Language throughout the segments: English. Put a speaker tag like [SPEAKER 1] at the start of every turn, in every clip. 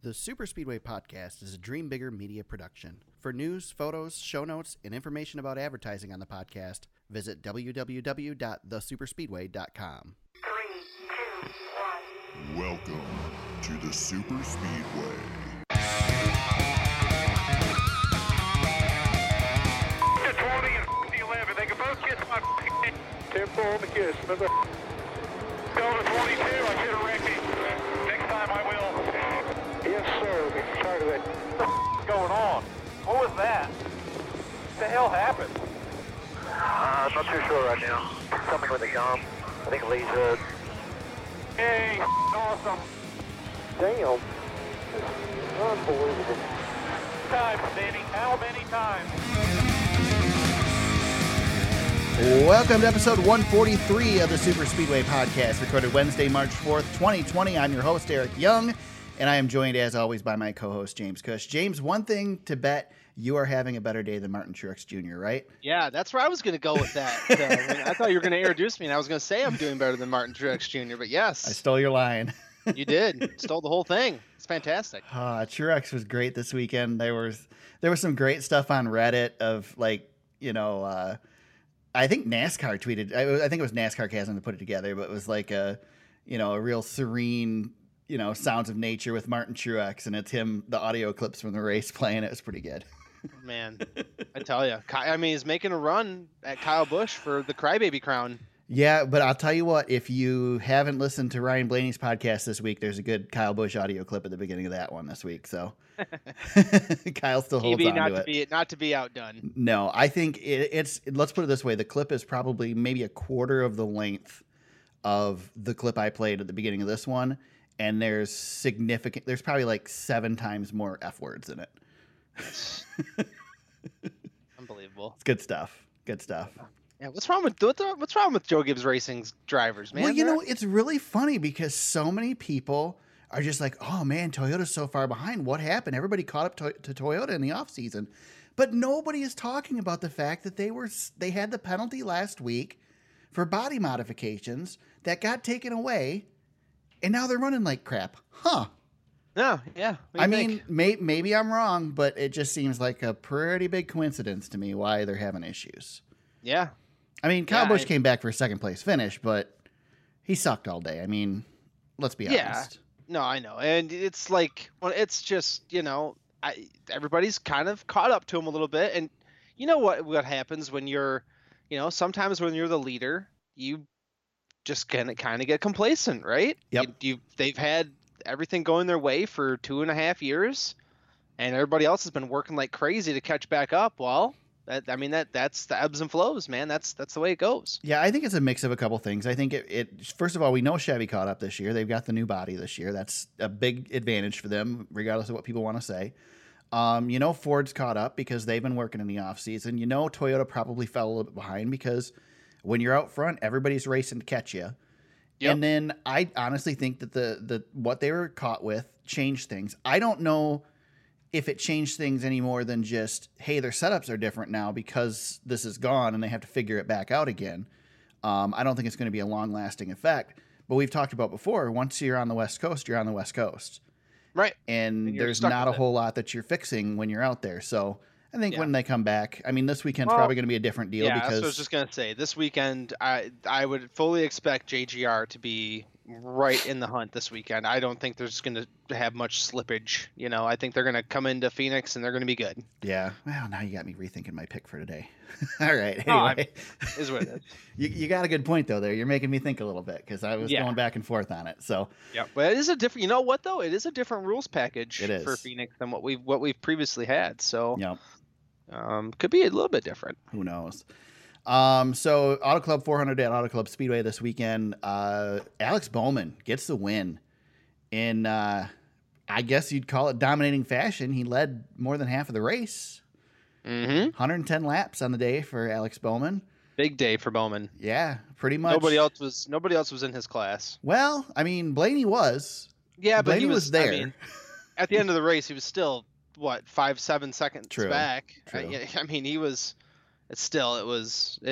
[SPEAKER 1] The Super Speedway Podcast is a Dream Bigger media production. For news, photos, show notes, and information about advertising on the podcast, visit www.thesuperspeedway.com.
[SPEAKER 2] Three, two, one.
[SPEAKER 3] Welcome to the Super Speedway.
[SPEAKER 4] to 20 and the 11. They can both kiss my f***ing 10 on the kiss. Remember? Go to 22. I should have wrecked it. Next time I will. Yes, sir. Get tired of that. What's going on? What was that? What the hell happened?
[SPEAKER 5] Uh, I'm not too sure right now. Something with a gum. I think Lee's hood.
[SPEAKER 4] Hey, awesome.
[SPEAKER 5] Damn. Unbelievable.
[SPEAKER 4] Times, Danny. How many times?
[SPEAKER 1] Welcome to episode 143 of the Super Speedway Podcast, recorded Wednesday, March 4th, 2020. I'm your host, Eric Young, and I am joined, as always, by my co host, James Cush. James, one thing to bet you are having a better day than Martin Truex Jr., right?
[SPEAKER 6] Yeah, that's where I was going to go with that. So, I, mean, I thought you were going to introduce me, and I was going to say I'm doing better than Martin Truex Jr. But
[SPEAKER 1] I
[SPEAKER 6] yes,
[SPEAKER 1] stole your line.
[SPEAKER 6] you did stole the whole thing. It's fantastic.
[SPEAKER 1] Ah, Truex was great this weekend. There was there was some great stuff on Reddit of like you know, uh, I think NASCAR tweeted. I, I think it was NASCAR Chasm to put it together, but it was like a you know a real serene you know sounds of nature with Martin Truex, and it's him the audio clips from the race playing. It was pretty good.
[SPEAKER 6] Man, I tell you, I mean, he's making a run at Kyle Busch for the Crybaby crown.
[SPEAKER 1] Yeah, but I'll tell you what, if you haven't listened to Ryan Blaney's podcast this week, there's a good Kyle Bush audio clip at the beginning of that one this week. So Kyle still holds
[SPEAKER 6] Maybe
[SPEAKER 1] on
[SPEAKER 6] not
[SPEAKER 1] to
[SPEAKER 6] to
[SPEAKER 1] it.
[SPEAKER 6] be not to be outdone.
[SPEAKER 1] No, I think it, it's. Let's put it this way: the clip is probably maybe a quarter of the length of the clip I played at the beginning of this one, and there's significant. There's probably like seven times more f words in it.
[SPEAKER 6] Unbelievable.
[SPEAKER 1] It's good stuff. Good stuff.
[SPEAKER 6] Yeah, what's wrong with what's wrong- what's wrong with Joe Gibbs Racing's drivers, man?
[SPEAKER 1] well, you
[SPEAKER 6] They're-
[SPEAKER 1] know, it's really funny because so many people are just like, "Oh man, Toyota's so far behind. What happened? Everybody caught up to, to Toyota in the off season, but nobody is talking about the fact that they were s- they had the penalty last week for body modifications that got taken away, and now they're running like crap, huh?
[SPEAKER 6] no, yeah. what do
[SPEAKER 1] I
[SPEAKER 6] you
[SPEAKER 1] mean,
[SPEAKER 6] think?
[SPEAKER 1] may, maybe I'm wrong, but it just seems like a pretty big coincidence to me why they're having issues.
[SPEAKER 6] yeah,
[SPEAKER 1] I mean, Kyle
[SPEAKER 6] Yeah,
[SPEAKER 1] Busch
[SPEAKER 6] I-
[SPEAKER 1] came back for a second place finish, but he sucked all day. I mean, let's be
[SPEAKER 6] Yeah.
[SPEAKER 1] honest.
[SPEAKER 6] No, I know, and it's like, well, it's just you know, I everybody's kind of caught up to him a little bit, and you know what what happens when you're, you know, sometimes when you're the leader, you just kind of kind of get complacent, right?
[SPEAKER 1] Yep.
[SPEAKER 6] You, you they've had everything going their way for two and a half years, and everybody else has been working like crazy to catch back up. Well, that I mean that that's the ebbs and flows, man. That's that's the way it goes.
[SPEAKER 1] Yeah, I think it's a mix of a couple things. I think it, it first of all, we know Chevy caught up this year. They've got the new body this year. That's a big advantage for them, regardless of what people want to say. Um, you know, Ford's caught up because they've been working in the offseason. You know, Toyota probably fell a little bit behind because when you're out front, everybody's racing to catch you.
[SPEAKER 6] Yep.
[SPEAKER 1] And then I honestly think that the the what they were caught with changed things. I don't know if it changed things any more than just hey, their setups are different now because this is gone and they have to figure it back out again. Um, I don't think it's going to be a long lasting effect. But we've talked about before. Once you're on the West Coast, you're on the West Coast
[SPEAKER 6] Right.
[SPEAKER 1] and,
[SPEAKER 6] And you're
[SPEAKER 1] there's
[SPEAKER 6] stuck
[SPEAKER 1] not a
[SPEAKER 6] with it.
[SPEAKER 1] whole lot that you're fixing when you're out there. So I think
[SPEAKER 6] Yeah.
[SPEAKER 1] when they come back, I mean, this weekend's
[SPEAKER 6] Well,
[SPEAKER 1] probably going to be a different deal
[SPEAKER 6] yeah, that's
[SPEAKER 1] because
[SPEAKER 6] what I was just gonna say. This weekend, I I would fully expect JGR to be right in the hunt this weekend. I don't think there's gonna have much slippage. You know, I think they're gonna come into Phoenix and they're gonna be good.
[SPEAKER 1] yeah. Well, now you got me rethinking my pick for today. All right.
[SPEAKER 6] No, Oh, I'm-
[SPEAKER 1] Anyway,
[SPEAKER 6] Is what it is.
[SPEAKER 1] you, you got a good point though. There, you're making me think a little bit because I was
[SPEAKER 6] Yeah.
[SPEAKER 1] going back and forth on it. So
[SPEAKER 6] yeah, but it is a different. You know what though? It is a different rules package
[SPEAKER 1] It
[SPEAKER 6] for
[SPEAKER 1] is.
[SPEAKER 6] Phoenix than what we've what we've previously had. So
[SPEAKER 1] you know,
[SPEAKER 6] um, could be a little bit different.
[SPEAKER 1] who knows. Um, so Auto Club 400 at Auto Club Speedway this weekend. Uh, Alex Bowman gets the win in, uh, I guess you'd call it dominating fashion. He led more than half of the race.
[SPEAKER 6] Mm-hmm.
[SPEAKER 1] 110 laps on the day for Alex Bowman.
[SPEAKER 6] Big day for Bowman.
[SPEAKER 1] Yeah, pretty much.
[SPEAKER 6] Nobody else was nobody else was in his class.
[SPEAKER 1] Well, I mean, Blaney was.
[SPEAKER 6] Yeah, but
[SPEAKER 1] Blaney
[SPEAKER 6] he was,
[SPEAKER 1] was, there.
[SPEAKER 6] I mean, at the end of the race, he was still what five seven seconds
[SPEAKER 1] True,
[SPEAKER 6] back. I-
[SPEAKER 1] true.
[SPEAKER 6] I, mean, he was. It's still it was.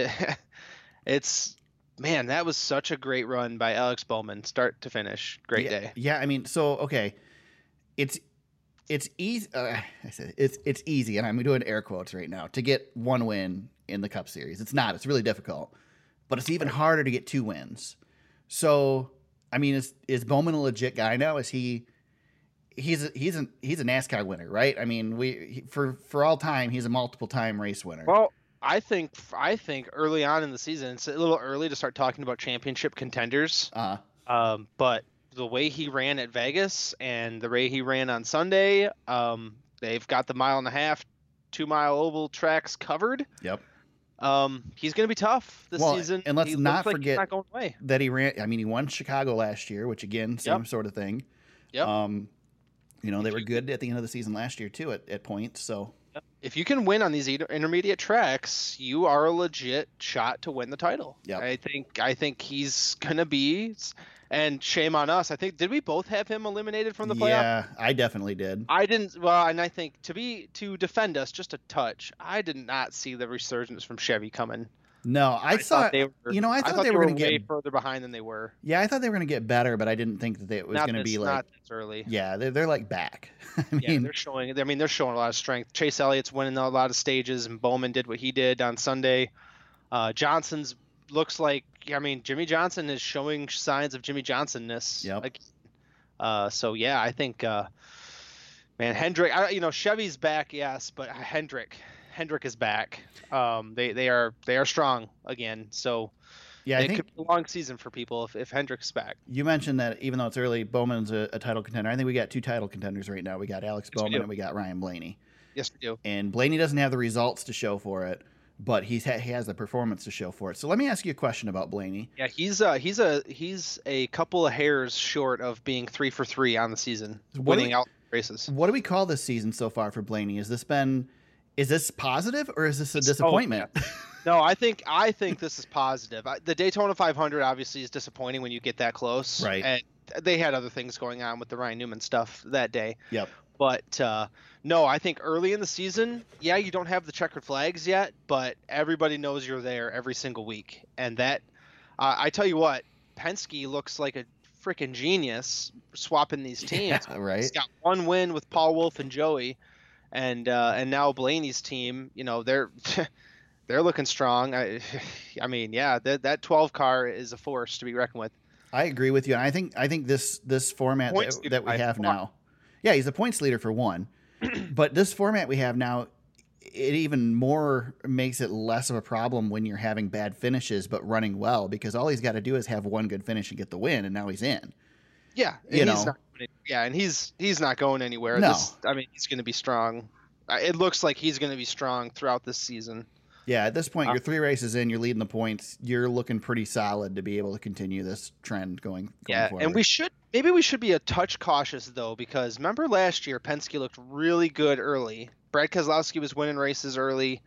[SPEAKER 6] it's man, that was such a great run by Alex Bowman, start to finish. Great
[SPEAKER 1] yeah,
[SPEAKER 6] day.
[SPEAKER 1] Yeah, I mean, so okay, it's it's easy. Uh, I said it's it's easy, and I'm doing air quotes right now to get one win in the Cup Series. It's not. It's really difficult, but it's even harder to get two wins. So, I mean, is is Bowman a legit guy now? Is he? He's a, he's a he's a NASCAR winner, right? I mean, we he, for for all time, he's a multiple time race winner.
[SPEAKER 6] Well, I think I think early on in the season, it's a little early to start talking about championship contenders.
[SPEAKER 1] uh,
[SPEAKER 6] Um, but the way he ran at Vegas and the way he ran on Sunday, um, they've got the mile and a half, two mile oval tracks covered.
[SPEAKER 1] yep.
[SPEAKER 6] Um, he's going to be tough this
[SPEAKER 1] Well,
[SPEAKER 6] season.
[SPEAKER 1] and let's
[SPEAKER 6] He
[SPEAKER 1] not
[SPEAKER 6] looks like he's
[SPEAKER 1] forget-
[SPEAKER 6] not going away.
[SPEAKER 1] that he ran. I mean, he won Chicago last year, which again, same
[SPEAKER 6] Yep.
[SPEAKER 1] sort of thing.
[SPEAKER 6] Yep.
[SPEAKER 1] Um, you know, they were good at the end of the season last year too at, at points. So
[SPEAKER 6] if you can win on these inter- intermediate tracks, you are a legit shot to win the title.
[SPEAKER 1] Yep.
[SPEAKER 6] I think I think he's gonna be, and shame on us. I think did we both have him eliminated from the playoff?
[SPEAKER 1] yeah, I definitely did.
[SPEAKER 6] I didn't. Well, and I think to be to defend us just a touch, I did not see the resurgence from Chevy coming.
[SPEAKER 1] No, I, thought,
[SPEAKER 6] they were.
[SPEAKER 1] you know, I thought, they were, going to
[SPEAKER 6] way
[SPEAKER 1] get
[SPEAKER 6] further behind than they were.
[SPEAKER 1] yeah, I thought they were going to get better, but I didn't think that they, it was
[SPEAKER 6] Not
[SPEAKER 1] going to
[SPEAKER 6] this-
[SPEAKER 1] be like
[SPEAKER 6] not this early.
[SPEAKER 1] yeah, they're they're like back. I
[SPEAKER 6] Yeah,
[SPEAKER 1] mean,
[SPEAKER 6] they're showing. I mean, they're showing a lot of strength. Chase Elliott's winning a lot of stages, and Bowman did what he did on Sunday. Uh, Johnson's looks like. I mean, Jimmy Johnson is showing signs of Jimmy Johnsonness.
[SPEAKER 1] Yep.
[SPEAKER 6] Like, uh, so yeah, I think. Uh, man, Hendrick. I, you know, Chevy's back, yes, but Hendrick, Hendrick is back. Um, they they are they are strong again. So
[SPEAKER 1] yeah, I
[SPEAKER 6] it
[SPEAKER 1] think
[SPEAKER 6] could be a long season for people if if Hendrick's back.
[SPEAKER 1] you mentioned that even though it's early, Bowman's a, a title contender. I think we got two title contenders right now. We got Alex
[SPEAKER 6] we
[SPEAKER 1] Bowman
[SPEAKER 6] do.
[SPEAKER 1] and we got Ryan Blaney.
[SPEAKER 6] Yes, we do.
[SPEAKER 1] and Blaney doesn't have the results to show for it, but he's ha- he has the performance to show for it. So let me ask you a question about Blaney.
[SPEAKER 6] Yeah, he's uh he's a he's a couple of hairs short of being three for three on the season,
[SPEAKER 1] What do
[SPEAKER 6] winning
[SPEAKER 1] you-
[SPEAKER 6] out races.
[SPEAKER 1] What do we call this season so far for Blaney? Has this been is this positive or is this a disappointment?
[SPEAKER 6] No, I think I think this is positive. I, the Daytona 500 obviously is disappointing when you get that close,
[SPEAKER 1] Right.
[SPEAKER 6] And they had other things going on with the Ryan Newman stuff that day,
[SPEAKER 1] yep.
[SPEAKER 6] but uh, no, I think early in the season, yeah, you don't have the checkered flags yet, but everybody knows you're there every single week, and that uh, I tell you what, Penske looks like a freaking genius swapping these teams.
[SPEAKER 1] Yeah, right.
[SPEAKER 6] He's got one win with Paul Wolf and Joey, and uh, and now Blaney's team. You know they're they're looking strong. I, I mean, yeah, that that 12 car is a force to be reckoned with.
[SPEAKER 1] I agree with you, and I think I think this this format that,
[SPEAKER 6] Points
[SPEAKER 1] that we
[SPEAKER 6] leader by
[SPEAKER 1] have
[SPEAKER 6] far.
[SPEAKER 1] now, yeah, he's the points leader for one, but this format we have now, it even more makes it less of a problem when you're having bad finishes but running well because all he's got to do is have one good finish and get the win, and now he's in.
[SPEAKER 6] Yeah, and
[SPEAKER 1] You
[SPEAKER 6] he's
[SPEAKER 1] know.
[SPEAKER 6] not going yeah, and he's he's not going anywhere.
[SPEAKER 1] No.
[SPEAKER 6] This, I mean, he's going to be strong. Uh, It looks like he's going to be strong throughout this season.
[SPEAKER 1] Yeah, at this point,
[SPEAKER 6] Uh,
[SPEAKER 1] you're three races in, you're leading the points, you're looking pretty solid to be able to continue this trend going, going
[SPEAKER 6] Yeah,
[SPEAKER 1] forward.
[SPEAKER 6] and we should maybe we should be a touch cautious though because remember last year Penske looked really good early. Brad Keselowski was winning races early.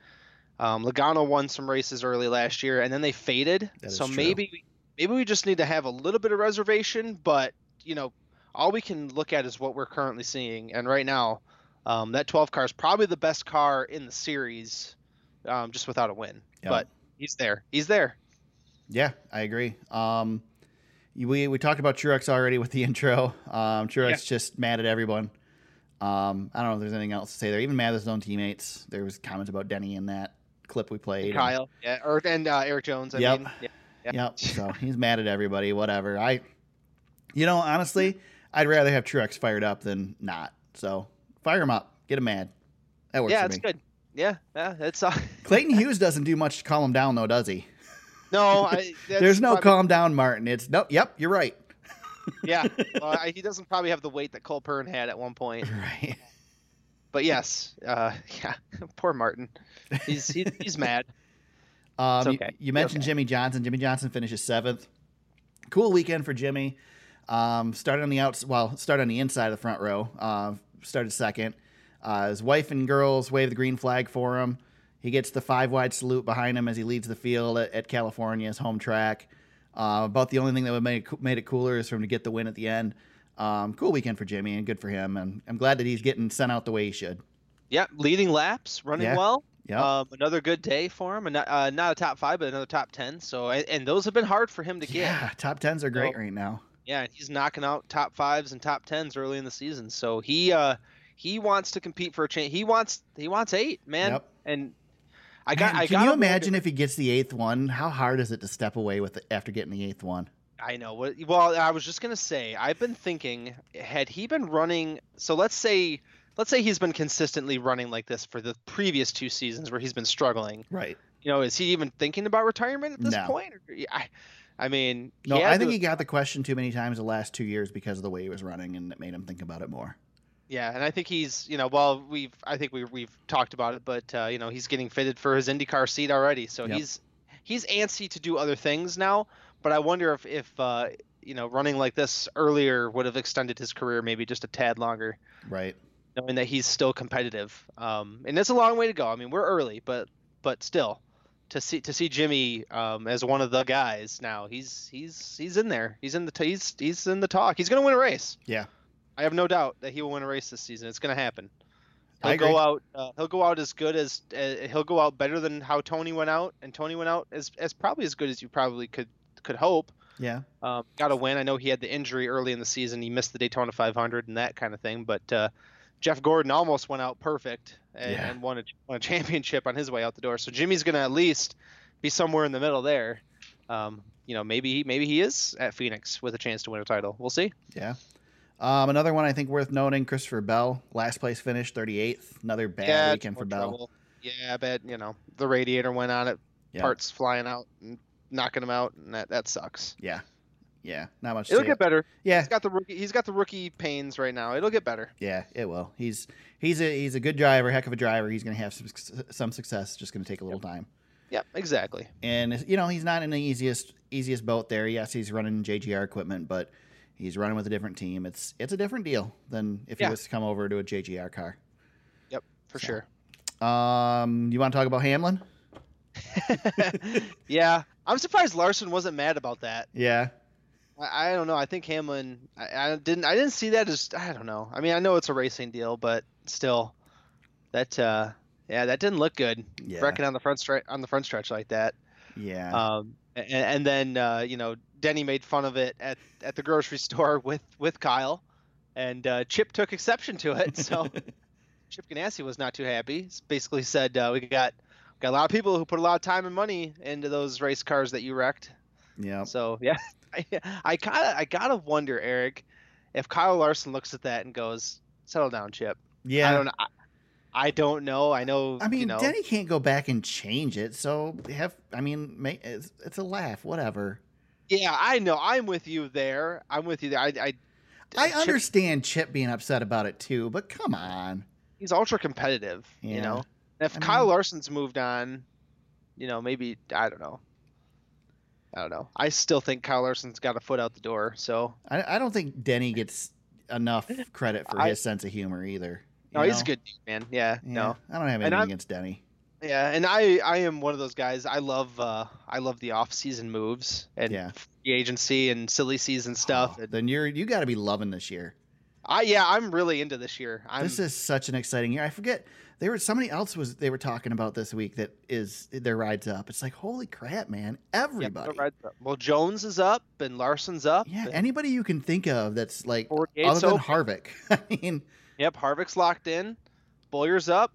[SPEAKER 6] Um, Logano won some races early last year, and then they faded.
[SPEAKER 1] That is
[SPEAKER 6] So
[SPEAKER 1] true.
[SPEAKER 6] maybe maybe we just need to have a little bit of reservation, but you know, all we can look at is what we're currently seeing, and right now, um, that 12 car is probably the best car in the series, um, just without a win.
[SPEAKER 1] Yeah.
[SPEAKER 6] But he's there. He's there.
[SPEAKER 1] yeah, I agree. Um, you- we we talked about Truex already with the intro. Um, Truex
[SPEAKER 6] Yeah.
[SPEAKER 1] just mad at everyone. Um, I don't know if there's anything else to say there. Even mad at his own teammates. There was comments about Denny in that clip we played. and-
[SPEAKER 6] Kyle, yeah, or and uh, Eric Jones. I
[SPEAKER 1] Yep.
[SPEAKER 6] mean, yeah.
[SPEAKER 1] Yep. So he's mad at everybody. Whatever. I, you know, honestly, I'd rather have Truex fired up than not. So fire him up. Get him mad. That works
[SPEAKER 6] yeah,
[SPEAKER 1] for
[SPEAKER 6] it's
[SPEAKER 1] me.
[SPEAKER 6] good. Yeah, yeah, it's uh,
[SPEAKER 1] Clayton Hughes doesn't do much to calm him down, though, does he?
[SPEAKER 6] no. I, that's
[SPEAKER 1] There's no
[SPEAKER 6] probably-
[SPEAKER 1] calm down, Martin. It's nope. Yep, you're right.
[SPEAKER 6] Yeah, well, I, he doesn't probably have the weight that Cole Pern had at one point.
[SPEAKER 1] Right.
[SPEAKER 6] But yes, uh, yeah, poor Martin. He's he's, he's mad.
[SPEAKER 1] Um, you-
[SPEAKER 6] okay.
[SPEAKER 1] You, mentioned
[SPEAKER 6] Okay.
[SPEAKER 1] Jimmy Johnson. Jimmy Johnson finishes seventh. Cool weekend for Jimmy. Um, started on the outs. Well, started on the inside of the front row. Uh, started second. Uh, his wife and girls wave the green flag for him. He gets the five wide salute behind him as he leads the field at, at California's home track. Uh, about the only thing that would make it, made it cooler is for him to get the win at the end. Um, cool weekend for Jimmy and good for him. And I'm glad that he's getting sent out the way he should.
[SPEAKER 6] Yep, leading laps, running
[SPEAKER 1] Yeah,
[SPEAKER 6] well.
[SPEAKER 1] yeah.
[SPEAKER 6] Um, another good day for him, and not, uh, not a top five, but another top ten. So, and, and those have been hard for him to get.
[SPEAKER 1] Yeah, top tens are great
[SPEAKER 6] So-
[SPEAKER 1] right now.
[SPEAKER 6] Yeah, and he's knocking out top fives and top tens early in the season. So he uh, He wants to compete for a change. He wants he wants eight, man.
[SPEAKER 1] Yep.
[SPEAKER 6] And I got
[SPEAKER 1] Man,
[SPEAKER 6] I
[SPEAKER 1] can
[SPEAKER 6] got
[SPEAKER 1] you
[SPEAKER 6] him worried-
[SPEAKER 1] imagine if he gets the eighth one? How hard is it to step away with after getting the eighth one?
[SPEAKER 6] I know. What? Well, I was just gonna say. I've been thinking. Had he been running? So let's say, let's say he's been consistently running like this for the previous two seasons where he's been struggling.
[SPEAKER 1] Right.
[SPEAKER 6] You know, is he even thinking about retirement at this
[SPEAKER 1] No.
[SPEAKER 6] point? Or- I, I mean, he
[SPEAKER 1] No,
[SPEAKER 6] had
[SPEAKER 1] I think
[SPEAKER 6] to-
[SPEAKER 1] he got the question too many times the last two years because of the way he was running, and it made him think about it more.
[SPEAKER 6] Yeah, and I think he's, you know, well, we've, I think we we've talked about it, but uh, you know, he's getting fitted for his IndyCar seat already, so
[SPEAKER 1] Yep.
[SPEAKER 6] he's he's antsy to do other things now. But I wonder if if uh, you know, running like this earlier would have extended his career maybe just a tad longer,
[SPEAKER 1] Right.
[SPEAKER 6] knowing that he's still competitive. Um, and it's a long way to go. I mean, we're early, but but still, to see to see Jimmy um, as one of the guys now, he's he's he's in there. He's in the t- he's he's in the talk. He's gonna win a race.
[SPEAKER 1] Yeah.
[SPEAKER 6] I have no doubt that he will win a race this season. It's going to happen.
[SPEAKER 1] I
[SPEAKER 6] He'll
[SPEAKER 1] agree.
[SPEAKER 6] go out. Uh, he'll go out as good as uh, he'll go out better than how Tony went out, and Tony went out as, as probably as good as you probably could could hope.
[SPEAKER 1] Yeah.
[SPEAKER 6] Um, got a win. I know he had the injury early in the season. He missed the Daytona 500 and that kind of thing. But uh, Jeff Gordon almost went out perfect and,
[SPEAKER 1] Yeah.
[SPEAKER 6] and won, a, won a championship on his way out the door. So Jimmy's going to at least be somewhere in the middle there. Um, you know, maybe maybe he is at Phoenix with a chance to win a title. We'll see.
[SPEAKER 1] Yeah. Um, another one I think worth noting: Christopher Bell, last place finish, thirty eighth. Another bad
[SPEAKER 6] it's
[SPEAKER 1] weekend
[SPEAKER 6] more
[SPEAKER 1] for Bell.
[SPEAKER 6] trouble. Yeah, I bet you know the radiator went on it,
[SPEAKER 1] Yeah.
[SPEAKER 6] parts flying out, and knocking him out, and that, that sucks.
[SPEAKER 1] Yeah. Yeah. Not much. to
[SPEAKER 6] It'll
[SPEAKER 1] say.
[SPEAKER 6] get better.
[SPEAKER 1] Yeah.
[SPEAKER 6] He's got the rookie. He's got the rookie pains right now. It'll get better.
[SPEAKER 1] Yeah. It will. He's he's a he's a good driver, heck of a driver. He's going to have some suc- some success. Just going to take a little time.
[SPEAKER 6] Yep, exactly.
[SPEAKER 1] and you know he's not in the easiest easiest boat there. Yes, he's running JGR equipment, but he's running with a different team. It's it's a different deal than if
[SPEAKER 6] Yeah.
[SPEAKER 1] he was to come over to a JGR car.
[SPEAKER 6] Yep, for
[SPEAKER 1] So.
[SPEAKER 6] sure.
[SPEAKER 1] Um, you want to talk about Hamlin?
[SPEAKER 6] yeah, I'm surprised Larson wasn't mad about that.
[SPEAKER 1] Yeah,
[SPEAKER 6] I, I don't know. I think Hamlin. I, I didn't. I didn't see that as. I don't know. I mean, I know it's a racing deal, but still, that. uh Yeah, that didn't look good.
[SPEAKER 1] Yeah.
[SPEAKER 6] Wrecking on the front stretch on the front stretch like that.
[SPEAKER 1] yeah,
[SPEAKER 6] um, and, and then uh, you know Denny made fun of it at, at the grocery store with with Kyle, and uh, Chip took exception to it. So Chip Ganassi was not too happy. He's basically said uh, we got we got a lot of people who put a lot of time and money into those race cars that you wrecked.
[SPEAKER 1] yeah.
[SPEAKER 6] So yeah, I, I gotta I gotta wonder Eric if Kyle Larson looks at that and goes settle down Chip.
[SPEAKER 1] yeah.
[SPEAKER 6] I don't know. I, I don't know. I know.
[SPEAKER 1] I mean,
[SPEAKER 6] you know,
[SPEAKER 1] Denny can't go back and change it. So have I mean, make, it's, it's a laugh. Whatever.
[SPEAKER 6] Yeah, I know. I'm with you there. I'm with you there. I, I
[SPEAKER 1] I
[SPEAKER 6] Chip-
[SPEAKER 1] understand Chip being upset about it too, but come on.
[SPEAKER 6] he's ultra competitive,
[SPEAKER 1] Yeah.
[SPEAKER 6] you know. And if
[SPEAKER 1] I
[SPEAKER 6] Kyle
[SPEAKER 1] mean-
[SPEAKER 6] Larson's moved on, you know, maybe I don't know. I don't know. I still think Kyle Larson's got a foot out the door. So
[SPEAKER 1] I, I don't think Denny gets enough credit for
[SPEAKER 6] I-
[SPEAKER 1] his sense of humor either.
[SPEAKER 6] no,
[SPEAKER 1] you
[SPEAKER 6] he's
[SPEAKER 1] know?
[SPEAKER 6] a good dude, man. Yeah,
[SPEAKER 1] Yeah,
[SPEAKER 6] no,
[SPEAKER 1] I don't have
[SPEAKER 6] And
[SPEAKER 1] anything
[SPEAKER 6] I'm-
[SPEAKER 1] against Denny.
[SPEAKER 6] yeah. And I, I am one of those guys. I love, uh, I love the off-season moves and
[SPEAKER 1] Yeah.
[SPEAKER 6] free agency and silly season stuff.
[SPEAKER 1] Oh,
[SPEAKER 6] and
[SPEAKER 1] then you're you got to be loving this year.
[SPEAKER 6] I, yeah, I'm really into this year. I'm,
[SPEAKER 1] this is such an exciting year. I forget there was somebody else was they were talking about this week that is their rides up. It's like holy crap, man!
[SPEAKER 6] yeah, no
[SPEAKER 1] Everybody, yeah,
[SPEAKER 6] rides up. Well, Jones is up and Larson's up. and-
[SPEAKER 1] anybody you can think of that's like other
[SPEAKER 6] 48
[SPEAKER 1] than
[SPEAKER 6] open.
[SPEAKER 1] Harvick. I mean,
[SPEAKER 6] Yep, Harvick's locked in. Boyer's up.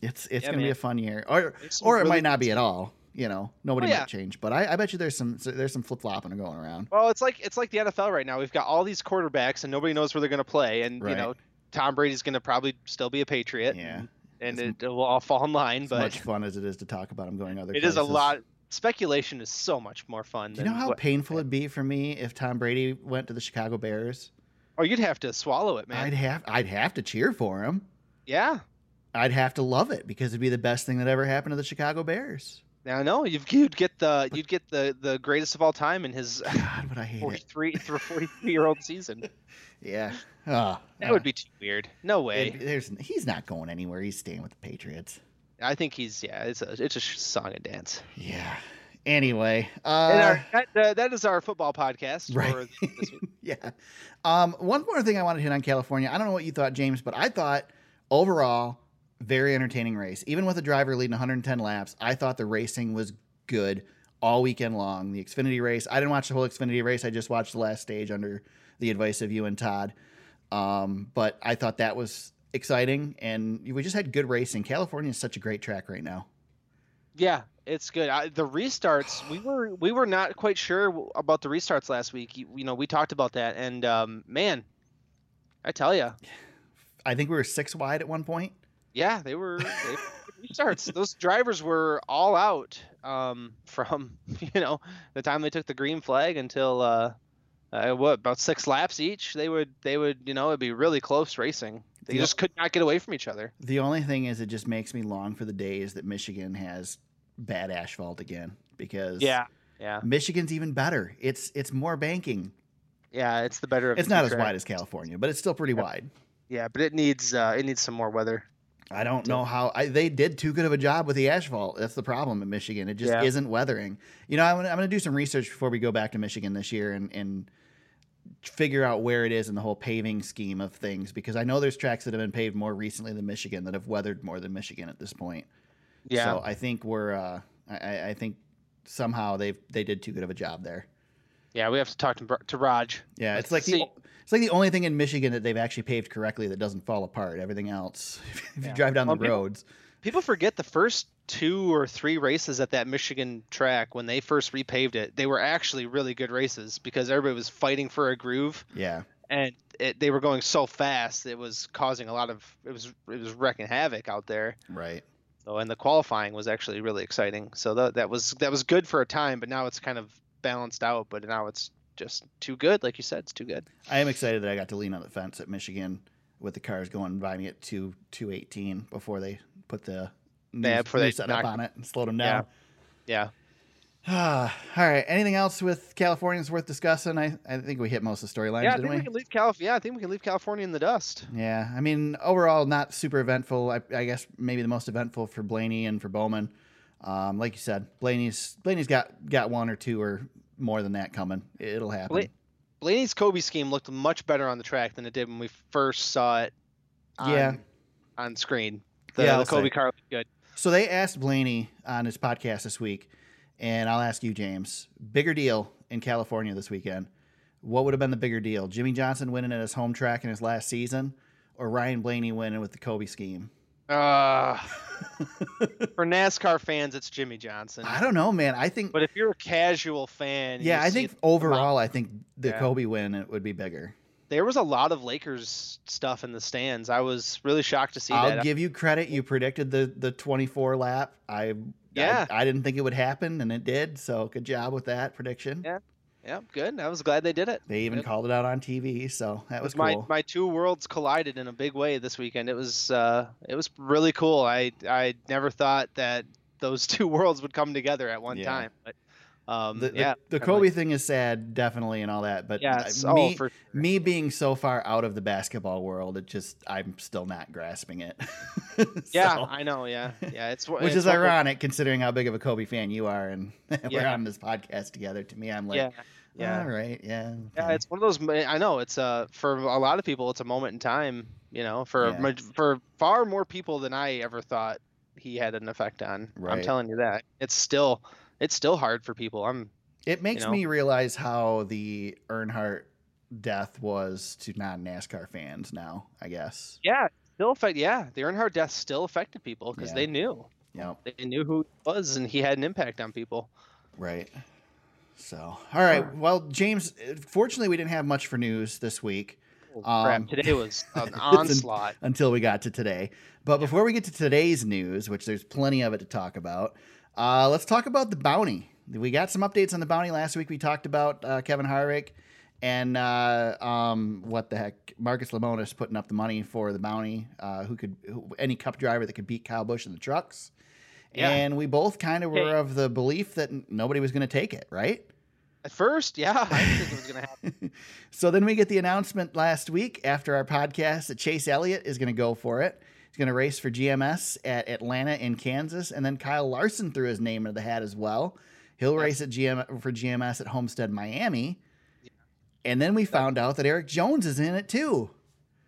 [SPEAKER 1] it's it's
[SPEAKER 6] Yeah,
[SPEAKER 1] gonna be
[SPEAKER 6] man.
[SPEAKER 1] a fun year, or
[SPEAKER 6] There's some
[SPEAKER 1] or it
[SPEAKER 6] really
[SPEAKER 1] might not be at all. You know, nobody
[SPEAKER 6] Oh, yeah.
[SPEAKER 1] might change, but I, I bet you there's some there's some flip flopping going around.
[SPEAKER 6] Well, it's like it's like the NFL right now. We've got all these quarterbacks, and nobody knows where they're going to play. And
[SPEAKER 1] Right.
[SPEAKER 6] you know, Tom Brady's going to probably still be a Patriot.
[SPEAKER 1] Yeah,
[SPEAKER 6] and
[SPEAKER 1] It's-
[SPEAKER 6] it, it will all fall in line.
[SPEAKER 1] as
[SPEAKER 6] mm-hmm, But
[SPEAKER 1] much fun as it is to talk about them going other.
[SPEAKER 6] it is a
[SPEAKER 1] places.
[SPEAKER 6] lot. Speculation is so much more fun.
[SPEAKER 1] Do you
[SPEAKER 6] Than
[SPEAKER 1] know how
[SPEAKER 6] what-
[SPEAKER 1] painful it'd be for me if Tom Brady went to the Chicago Bears?
[SPEAKER 6] Oh, you'd have to swallow it, man.
[SPEAKER 1] I'd have I'd have to cheer for him.
[SPEAKER 6] Yeah.
[SPEAKER 1] I'd have to love it because it'd be the best thing that ever happened to the Chicago Bears.
[SPEAKER 6] Now I know you've, you'd get the you'd get the the greatest of all time in his
[SPEAKER 1] God, would I hate it?
[SPEAKER 6] 43 through 43 year old season.
[SPEAKER 1] Yeah. Oh,
[SPEAKER 6] That would eh? be too weird. No
[SPEAKER 1] it'd
[SPEAKER 6] way.
[SPEAKER 1] be- There's he's not going anywhere. He's staying with the Patriots.
[SPEAKER 6] I think he's yeah. It's a it's a sh- song and dance.
[SPEAKER 1] Yeah. Anyway,
[SPEAKER 6] and
[SPEAKER 1] uh,
[SPEAKER 6] our, that, uh, that is our football podcast
[SPEAKER 1] Right.
[SPEAKER 6] for this week.
[SPEAKER 1] yeah. Um, one more thing I wanted to hit on California. I don't know what you thought, James, but I thought overall very entertaining race. Even with a driver leading 110 laps, I thought the racing was good all weekend long. The Xfinity race. I didn't watch the whole Xfinity race. I just watched the last stage under the advice of you and Todd. Um, but I thought that was exciting, and we just had good racing. California is such a great track right now.
[SPEAKER 6] Yeah, it's good. I, the restarts, we were we were not quite sure w- about the restarts last week. You, you know, we talked about that, and um, man, I tell you,
[SPEAKER 1] I think we were six wide at one point.
[SPEAKER 6] yeah, they were they, were restarts. Those drivers were all out um, from you know the time they took the green flag until uh, uh, what about six laps each. They would they would you know it'd be really close racing. They
[SPEAKER 1] Yeah.
[SPEAKER 6] just could not get away from each other.
[SPEAKER 1] The only thing is, it just makes me long for the days that Michigan has bad asphalt again because
[SPEAKER 6] yeah,
[SPEAKER 1] Michigan's even better. It's it's more banking.
[SPEAKER 6] yeah. It's the better of
[SPEAKER 1] It's
[SPEAKER 6] the
[SPEAKER 1] not
[SPEAKER 6] two
[SPEAKER 1] as
[SPEAKER 6] tracks.
[SPEAKER 1] wide as California, but it's still pretty wide.
[SPEAKER 6] Yeah, but it needs uh, it needs some more weather.
[SPEAKER 1] I don't know how I, they did too good of a job with the asphalt. That's the problem in Michigan. It just
[SPEAKER 6] Yeah.
[SPEAKER 1] isn't weathering. You know, I'm gonna, I'm gonna do some research before we go back to Michigan this year and and figure out where it is in the whole paving scheme of things because I know there's tracks that have been paved more recently than Michigan that have weathered more than Michigan at this point.
[SPEAKER 6] Yeah.
[SPEAKER 1] So I think we're uh, I- I, I think somehow they have they did too good of a job there.
[SPEAKER 6] Yeah, we have to talk to, Br- to Raj.
[SPEAKER 1] Yeah,
[SPEAKER 6] Let's
[SPEAKER 1] it's like
[SPEAKER 6] see.
[SPEAKER 1] the it's like the only thing in Michigan that they've actually paved correctly that doesn't fall apart. Everything else, if you drive down
[SPEAKER 6] Well,
[SPEAKER 1] the
[SPEAKER 6] people-
[SPEAKER 1] roads,
[SPEAKER 6] People forget the first two or three races at that Michigan track when they first repaved it. They were actually really good races because everybody was fighting for a groove
[SPEAKER 1] yeah,
[SPEAKER 6] and it, they were going so fast it was causing a lot of it was it was wrecking havoc out there.
[SPEAKER 1] right.
[SPEAKER 6] So and the qualifying was actually really exciting. So that that was that was good for a time, but now it's kind of balanced out. But now it's just too good, like you said, it's too good.
[SPEAKER 1] I am excited that I got to lean on the fence at Michigan with the cars going by me at two two eighteen before they put the new,
[SPEAKER 6] Yeah, before
[SPEAKER 1] new
[SPEAKER 6] they
[SPEAKER 1] setup
[SPEAKER 6] knock-
[SPEAKER 1] on it and slowed them down.
[SPEAKER 6] Yeah.
[SPEAKER 1] All right. Anything else with Californians worth discussing? I, I think we hit most of the storylines,
[SPEAKER 6] Yeah, I
[SPEAKER 1] didn't
[SPEAKER 6] think we? can leave Calif- yeah, I think we can leave California in the dust.
[SPEAKER 1] Yeah, I mean, overall, not super eventful. I, I guess maybe the most eventful for Blaney and for Bowman. Um, like you said, Blaney's Blaney's got got one or two or more than that coming. It'll happen.
[SPEAKER 6] Bla- Blaney's Kobe scheme looked much better on the track than it did when we first saw it. On,
[SPEAKER 1] Yeah.
[SPEAKER 6] On screen, the,
[SPEAKER 1] Yeah, I'll
[SPEAKER 6] the Kobe
[SPEAKER 1] say.
[SPEAKER 6] car looked good.
[SPEAKER 1] So they asked Blaney on his podcast this week, and I'll ask you, James. Bigger deal in California this weekend. What would have been the bigger deal? Jimmy Johnson winning at his home track in his last season, or Ryan Blaney winning with the Kobe scheme?
[SPEAKER 6] Uh, for NASCAR fans, it's Jimmy Johnson.
[SPEAKER 1] I don't know, man. I think.
[SPEAKER 6] But if you're a casual fan, and
[SPEAKER 1] yeah,
[SPEAKER 6] you
[SPEAKER 1] I
[SPEAKER 6] see
[SPEAKER 1] think
[SPEAKER 6] it-
[SPEAKER 1] overall, I think the
[SPEAKER 6] Yeah.
[SPEAKER 1] Kobe win it would be bigger.
[SPEAKER 6] there was a lot of Lakers stuff in the stands. I was really shocked to see
[SPEAKER 1] I'll
[SPEAKER 6] that.
[SPEAKER 1] give you credit. You predicted the the 24 lap. I I-
[SPEAKER 6] Yeah.
[SPEAKER 1] I, didn't think it would happen, and it did. So good job with that prediction.
[SPEAKER 6] Yeah. yeah, good. I was glad they did it.
[SPEAKER 1] They even
[SPEAKER 6] Yep.
[SPEAKER 1] called it out on TV, so that was
[SPEAKER 6] my
[SPEAKER 1] cool.
[SPEAKER 6] my two worlds collided in a big way this weekend. It was uh, it was really cool. I I never thought that those two worlds would come together at one
[SPEAKER 1] Yeah.
[SPEAKER 6] time. But um,
[SPEAKER 1] the, the-
[SPEAKER 6] yeah,
[SPEAKER 1] the,
[SPEAKER 6] kinda
[SPEAKER 1] Kobe
[SPEAKER 6] like-
[SPEAKER 1] thing is sad, definitely, and all that. But
[SPEAKER 6] yeah,
[SPEAKER 1] I-
[SPEAKER 6] it's, oh,
[SPEAKER 1] me,
[SPEAKER 6] for sure.
[SPEAKER 1] me being so far out of the basketball world, it just I'm still not grasping it.
[SPEAKER 6] yeah,
[SPEAKER 1] So-
[SPEAKER 6] I know. Yeah, yeah, it's wh-
[SPEAKER 1] which
[SPEAKER 6] it's
[SPEAKER 1] is
[SPEAKER 6] what we're-
[SPEAKER 1] ironic considering how big of a Kobe fan you are, and we're
[SPEAKER 6] Yeah.
[SPEAKER 1] on this podcast together. To me, I'm like,
[SPEAKER 6] Yeah, yeah.
[SPEAKER 1] all right, yeah,
[SPEAKER 6] Yeah,
[SPEAKER 1] okay."
[SPEAKER 6] it's one of those. mo- I know it's uh for a lot of people, it's a moment in time. You know, for
[SPEAKER 1] Yeah.
[SPEAKER 6] maj- for far more people than I ever thought he had an effect on.
[SPEAKER 1] Right.
[SPEAKER 6] I'm telling you that it's still it's still hard for people. I'm
[SPEAKER 1] It makes
[SPEAKER 6] know?
[SPEAKER 1] me realize how the Earnhardt death was to non NASCAR fans now, I guess.
[SPEAKER 6] Yeah, still affect. Yeah, the Earnhardt death still affected people because
[SPEAKER 1] Yeah.
[SPEAKER 6] they knew
[SPEAKER 1] Yep.
[SPEAKER 6] they knew who he was and he had an impact on people.
[SPEAKER 1] Right. So, all right. Well, James, fortunately, we didn't have much for news this week. Um,
[SPEAKER 6] Crap, today was an onslaught.
[SPEAKER 1] until we got to today. But before we get to today's news, which there's plenty of it to talk about, uh, let's talk about the bounty. We got some updates on the bounty last week. We talked about uh, Kevin Harvick and uh, um, what the heck, Marcus Lemonis putting up the money for the bounty. Uh, who could who, any Cup driver that could beat Kyle Busch in the trucks?
[SPEAKER 6] Yeah.
[SPEAKER 1] And we both kind of were
[SPEAKER 6] Hey.
[SPEAKER 1] of the belief that n- nobody was going to take it, right?
[SPEAKER 6] At first, yeah, I didn't think it was gonna happen.
[SPEAKER 1] So then we get the announcement last week after our podcast that Chase Elliott is going to go for it. He's going to race for GMS at Atlanta in Kansas, and then Kyle Larson threw his name into the hat as well. He'll race at GM for GMS at Homestead, Miami. And then we found out that Eric Jones is in it too.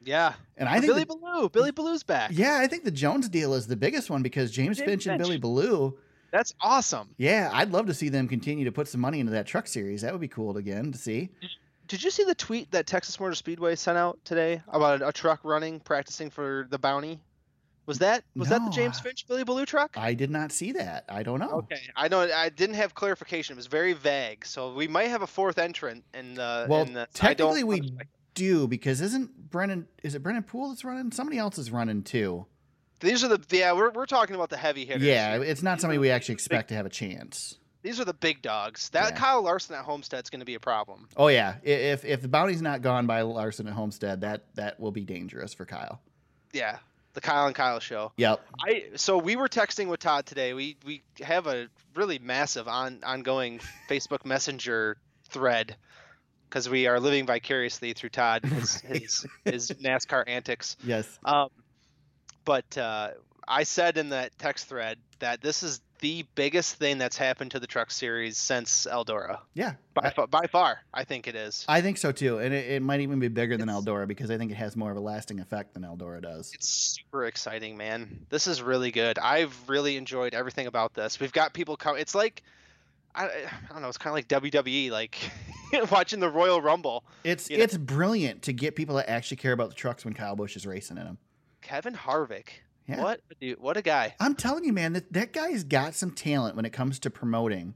[SPEAKER 6] Yeah,
[SPEAKER 1] And I
[SPEAKER 6] I
[SPEAKER 1] think
[SPEAKER 6] Billy
[SPEAKER 1] that-
[SPEAKER 6] Baloo, Billy Baloo's back.
[SPEAKER 1] yeah, I think the Jones deal is the biggest one because James,
[SPEAKER 6] James
[SPEAKER 1] Finch and
[SPEAKER 6] Finch.
[SPEAKER 1] Billy Ballou.
[SPEAKER 6] that's awesome.
[SPEAKER 1] Yeah, I'd love to see them continue to put some money into that truck series. That would be cool again to see.
[SPEAKER 6] did you see the tweet that Texas Motor Speedway sent out today about a, a truck running practicing for the bounty? Was that was that the
[SPEAKER 1] No,
[SPEAKER 6] James
[SPEAKER 1] I-
[SPEAKER 6] Finch Billy Blue truck?
[SPEAKER 1] I did not see that. I don't know.
[SPEAKER 6] Okay, I know I didn't have clarification. It was very vague, so we might have a fourth entrant. And uh,
[SPEAKER 1] Well,
[SPEAKER 6] in the, I
[SPEAKER 1] technically
[SPEAKER 6] don't,
[SPEAKER 1] we do because isn't Brennan? Is it Brennan Poole that's running? Somebody else is running too.
[SPEAKER 6] These are the yeah we're, we're talking about the heavy hitters.
[SPEAKER 1] Yeah,
[SPEAKER 6] here.
[SPEAKER 1] it's not somebody we actually expect to have a chance.
[SPEAKER 6] these are the big dogs. That
[SPEAKER 1] Yeah.
[SPEAKER 6] Kyle Larson at Homestead's going to be a problem.
[SPEAKER 1] Oh yeah, I- if if the bounty's not gone by Larson and Homestead, that that will be dangerous for Kyle.
[SPEAKER 6] Yeah, the Kyle and Kyle show.
[SPEAKER 1] Yep.
[SPEAKER 6] I so we were texting with Todd today. We we have a really massive on ongoing Facebook Messenger thread because we are living vicariously through Todd and his his, his NASCAR antics.
[SPEAKER 1] Yes.
[SPEAKER 6] Um, but uh, I said in that text thread that this is the biggest thing that's happened to the Truck Series since Eldora
[SPEAKER 1] Yeah.
[SPEAKER 6] by
[SPEAKER 1] I-
[SPEAKER 6] fa- by far. I think it is.
[SPEAKER 1] I think so too, and it, it might even be bigger than
[SPEAKER 6] It's-
[SPEAKER 1] Eldora because I think it has more of a lasting effect than Eldora does.
[SPEAKER 6] It's super exciting, man. This is really good. I've really enjoyed everything about this. We've got people come. It's like, I, I don't know. It's kind of like WWE, like watching the Royal Rumble.
[SPEAKER 1] It's
[SPEAKER 6] you know-
[SPEAKER 1] it's brilliant to get people that actually care about the trucks when Kyle Busch is racing in them.
[SPEAKER 6] Kevin Harvick.
[SPEAKER 1] Yeah.
[SPEAKER 6] What a dude. What a guy.
[SPEAKER 1] I'm telling you, man, that that guy's got some talent when it comes to promoting.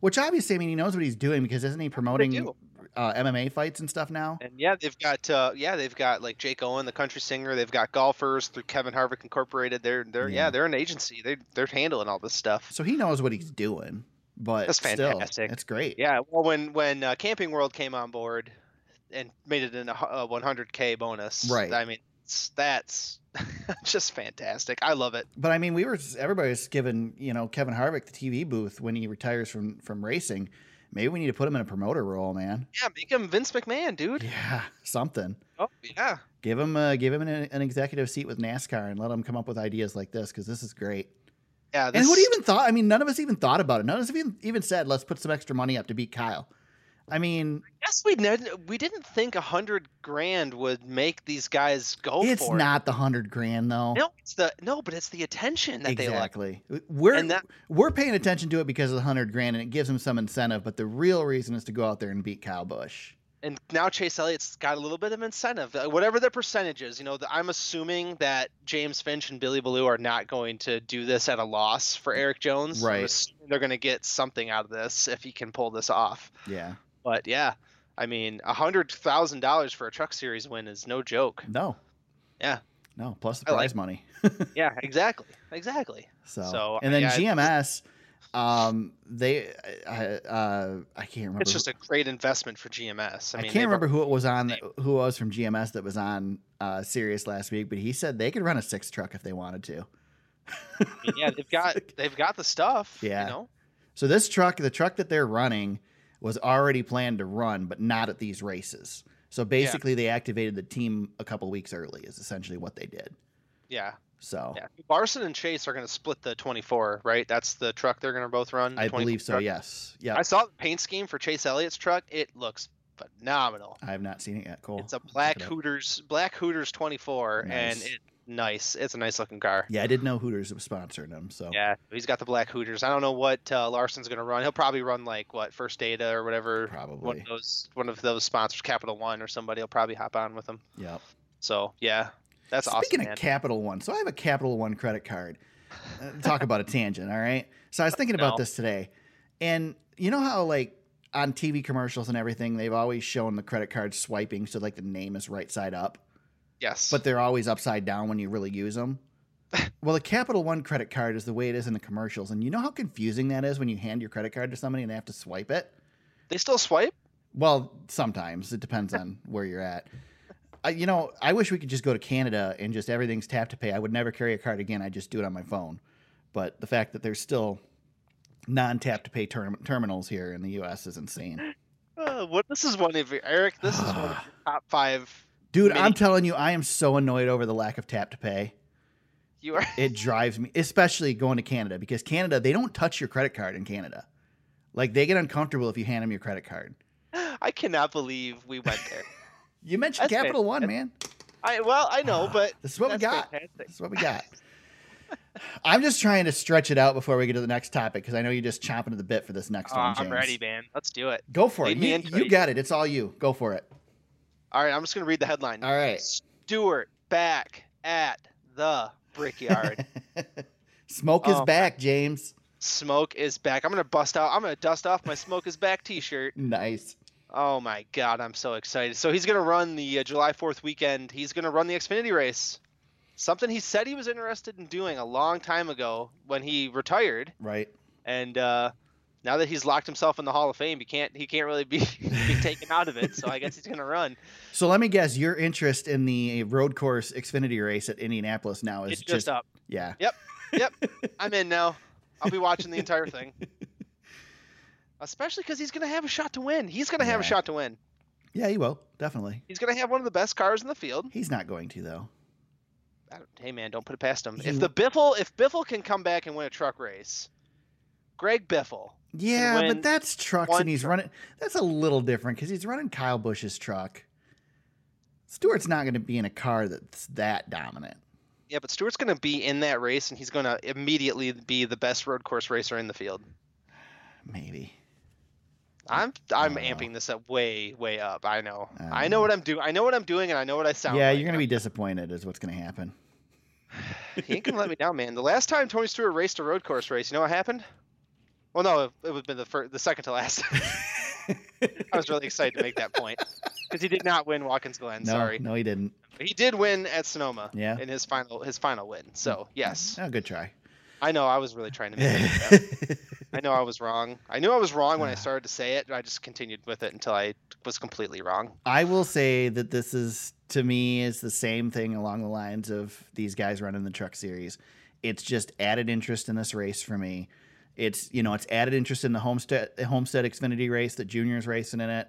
[SPEAKER 1] Which obviously, I mean, he knows what he's doing because isn't he promoting
[SPEAKER 6] do.
[SPEAKER 1] uh, MMA fights and stuff now?
[SPEAKER 6] And yeah, they've got uh, yeah, they've got like Jake Owen, the country singer. They've got golfers through Kevin Harvick Incorporated. They're they're yeah,
[SPEAKER 1] Yeah.
[SPEAKER 6] they're an agency. They they're handling all this stuff.
[SPEAKER 1] So he knows what he's doing. But
[SPEAKER 6] That's
[SPEAKER 1] Still,
[SPEAKER 6] fantastic.
[SPEAKER 1] that's great.
[SPEAKER 6] Yeah, well, when when uh, Camping World came on board and made it uh, in a hu- a 100k bonus,
[SPEAKER 1] Right.
[SPEAKER 6] I mean, it's- that's just fantastic. I love it.
[SPEAKER 1] But I mean, we were everybody was giving you know Kevin Harvick the TV booth when he retires from from racing. Maybe we need to put him in a promoter role, man.
[SPEAKER 6] Yeah, make him Vince McMahon, dude.
[SPEAKER 1] Yeah, something.
[SPEAKER 6] Oh yeah,
[SPEAKER 1] Give him uh, give him an, an executive seat with NASCAR and let him come up with ideas like this because this is great.
[SPEAKER 6] yeah. This,
[SPEAKER 1] And who would even thought? I mean, none of us even thought about it. None of us even even said, "Let's put some extra money up to beat Kyle." I mean,
[SPEAKER 6] Yes, we didn't. We didn't think a hundred grand would make these guys go
[SPEAKER 1] it's
[SPEAKER 6] for it.
[SPEAKER 1] not the hundred grand though.
[SPEAKER 6] No, it's the no, but it's the attention that they like.
[SPEAKER 1] exactly. We're
[SPEAKER 6] And that-
[SPEAKER 1] we're paying attention to it because of the hundred grand, and it gives them some incentive. But the real reason is to go out there and beat Kyle Busch.
[SPEAKER 6] And now Chase Elliott's got a little bit of incentive, Uh, whatever the percentage is. You know, the, I'm assuming that James Finch and Billy Baloo are not going to do this at a loss for Eric Jones. I'm
[SPEAKER 1] Right.
[SPEAKER 6] assuming they're going to get something out of this if he can pull this off.
[SPEAKER 1] Yeah.
[SPEAKER 6] But yeah, I mean, a hundred thousand dollars for a Truck Series win is no joke.
[SPEAKER 1] No.
[SPEAKER 6] Yeah.
[SPEAKER 1] No. Plus the
[SPEAKER 6] I like-
[SPEAKER 1] prize money.
[SPEAKER 6] Yeah, exactly, exactly.
[SPEAKER 1] So,
[SPEAKER 6] So,
[SPEAKER 1] and then
[SPEAKER 6] yeah, it-
[SPEAKER 1] GMS, um, they, I, uh, I can't remember.
[SPEAKER 6] It's
[SPEAKER 1] who-
[SPEAKER 6] just a great investment for GMS. I
[SPEAKER 1] I,
[SPEAKER 6] mean,
[SPEAKER 1] can't
[SPEAKER 6] they've-
[SPEAKER 1] remember who it was on, who it was from GMS that was on uh, Sirius last week, but he said they could run a six truck if they wanted to.
[SPEAKER 6] I mean, yeah, they've got they've got the stuff.
[SPEAKER 1] Yeah.
[SPEAKER 6] You know.
[SPEAKER 1] So this truck, the truck that they're running, was already planned to run, but not at these races. So basically, they activated the team a couple weeks early. Is essentially what they did.
[SPEAKER 6] Yeah.
[SPEAKER 1] So
[SPEAKER 6] Yeah. Barson and Chase are going to split the 24, right? That's the truck they're going to both run. the
[SPEAKER 1] I
[SPEAKER 6] 24
[SPEAKER 1] believe so.
[SPEAKER 6] truck.
[SPEAKER 1] Yes. Yeah.
[SPEAKER 6] I saw the paint scheme for Chase Elliott's truck. It looks phenomenal.
[SPEAKER 1] I have not seen it yet. Cool.
[SPEAKER 6] It's a
[SPEAKER 1] I'll check
[SPEAKER 6] black
[SPEAKER 1] it out.
[SPEAKER 6] Hooters, black Hooters 24, and
[SPEAKER 1] Nice.
[SPEAKER 6] it's nice. It's a nice looking car.
[SPEAKER 1] Yeah, I didn't know Hooters was sponsoring them. So
[SPEAKER 6] Yeah, he's got the black Hooters. I don't know what uh, Larson's going to run. He'll probably run like what First Data or whatever. One
[SPEAKER 1] probably.
[SPEAKER 6] of those, one of those sponsors, Capital One or somebody, will probably hop on with him.
[SPEAKER 1] Yep.
[SPEAKER 6] So yeah, that's
[SPEAKER 1] Speaking
[SPEAKER 6] awesome. man.
[SPEAKER 1] of Capital One, so I have a Capital One credit card. Uh, Talk about a tangent, all right? So I was thinking about
[SPEAKER 6] No.
[SPEAKER 1] this today, and you know how like on TV commercials and everything, they've always shown the credit card swiping, so like the name is right side up,
[SPEAKER 6] yes,
[SPEAKER 1] but they're always upside down when you really use them. Well, the Capital One credit card is the way it is in the commercials, and you know how confusing that is when you hand your credit card to somebody and they have to swipe it.
[SPEAKER 6] they still swipe.
[SPEAKER 1] Well, sometimes it depends on where you're at. I, you know, I wish we could just go to Canada and just everything's tap to pay. I would never carry a card again. I just do it on my phone. But the fact that there's still non-tap to pay term- terminals here in the U.S. is insane,
[SPEAKER 6] Uh, what this is one of your, Eric. This is one of your top five.
[SPEAKER 1] dude.
[SPEAKER 6] Many-
[SPEAKER 1] I'm telling you, I am so annoyed over the lack of tap to pay.
[SPEAKER 6] You are
[SPEAKER 1] It drives me, especially going to Canada because Canada they don't touch your credit card in Canada. Like they get uncomfortable if you hand them your credit card.
[SPEAKER 6] I cannot believe we went there.
[SPEAKER 1] You mentioned
[SPEAKER 6] That's fair.
[SPEAKER 1] Capital One, man.
[SPEAKER 6] I well, I know, but
[SPEAKER 1] This is what we
[SPEAKER 6] that's
[SPEAKER 1] got.
[SPEAKER 6] fantastic.
[SPEAKER 1] That's what we got. I'm just trying to stretch it out before we get to the next topic because I know you're just chomping at the bit for this next one.
[SPEAKER 6] Aw,
[SPEAKER 1] James.
[SPEAKER 6] Oh, I'm ready, man. Let's do it.
[SPEAKER 1] Go for
[SPEAKER 6] Lead
[SPEAKER 1] it.
[SPEAKER 6] me
[SPEAKER 1] You,
[SPEAKER 6] into
[SPEAKER 1] you
[SPEAKER 6] it.
[SPEAKER 1] got it. It's all you. Go for it.
[SPEAKER 6] All right, I'm just gonna read the headline.
[SPEAKER 1] All right.
[SPEAKER 6] Stewart back at the brickyard.
[SPEAKER 1] Smoke is
[SPEAKER 6] Oh, my-
[SPEAKER 1] back, James.
[SPEAKER 6] smoke is back. I'm gonna bust out. I'm gonna dust off my smoke is back T-shirt.
[SPEAKER 1] Nice.
[SPEAKER 6] Oh my god, I'm so excited. So he's gonna run the uh, July 4th weekend. He's gonna run the Xfinity race. Something he said he was interested in doing a long time ago when he retired,
[SPEAKER 1] Right.
[SPEAKER 6] and uh, now that he's locked himself in the Hall of Fame, he can't he can't really be, be taken out of it. So I guess he's gonna run.
[SPEAKER 1] So let me guess. Your interest in the road course Xfinity race at Indianapolis now is
[SPEAKER 6] It's just up.
[SPEAKER 1] yeah.
[SPEAKER 6] I'm in now. I'll be watching the entire thing. Especially because he's going to have a shot to win. He's going to have a
[SPEAKER 1] Yeah.
[SPEAKER 6] shot to win.
[SPEAKER 1] Yeah, he will definitely.
[SPEAKER 6] He's going to have one of the best cars in the field.
[SPEAKER 1] He's not going to though.
[SPEAKER 6] I don't- hey man, don't put it past him.
[SPEAKER 1] You-
[SPEAKER 6] If the Biffle, if Biffle can come back and win a truck race, Greg Biffle.
[SPEAKER 1] Yeah, but
[SPEAKER 6] win
[SPEAKER 1] that's trucks
[SPEAKER 6] one
[SPEAKER 1] and he's
[SPEAKER 6] truck.
[SPEAKER 1] running. That's a little different because he's running Kyle Bush's truck. Stewart's not going to be in a car that's that dominant.
[SPEAKER 6] Yeah, but Stewart's going to be in that race, and he's going to immediately be the best road course racer in the field.
[SPEAKER 1] Maybe.
[SPEAKER 6] I'm I'm
[SPEAKER 1] don't know.
[SPEAKER 6] amping this up way way up. I know.
[SPEAKER 1] I don't
[SPEAKER 6] I know what I'm doing. I know what I'm doing, and I know what I sound.
[SPEAKER 1] yeah,
[SPEAKER 6] like.
[SPEAKER 1] you're going to be disappointed. Is what's going to happen.
[SPEAKER 6] he ain't gonna let me down, man. The last time Tony Stewart raced a road course race, you know what happened? Well, no, it would have been the first, the second to last. I was really excited to make that point because he did not win Watkins Glen.
[SPEAKER 1] No,
[SPEAKER 6] Sorry,
[SPEAKER 1] no, he didn't.
[SPEAKER 6] But he did win at Sonoma.
[SPEAKER 1] Yeah.
[SPEAKER 6] in his final his final win. So yes,
[SPEAKER 1] Oh, good try.
[SPEAKER 6] I know I was really trying to make. That up.
[SPEAKER 1] yeah,
[SPEAKER 6] I know I was wrong. I knew I was wrong when I
[SPEAKER 1] Ah.
[SPEAKER 6] started to say it. and I just continued with it until I was completely wrong.
[SPEAKER 1] I will say that this is to me is the same thing along the lines of these guys running the truck series. It's just added interest in this race for me. It's you know it's added interest in the homestead homestead Xfinity race that Junior's racing in it.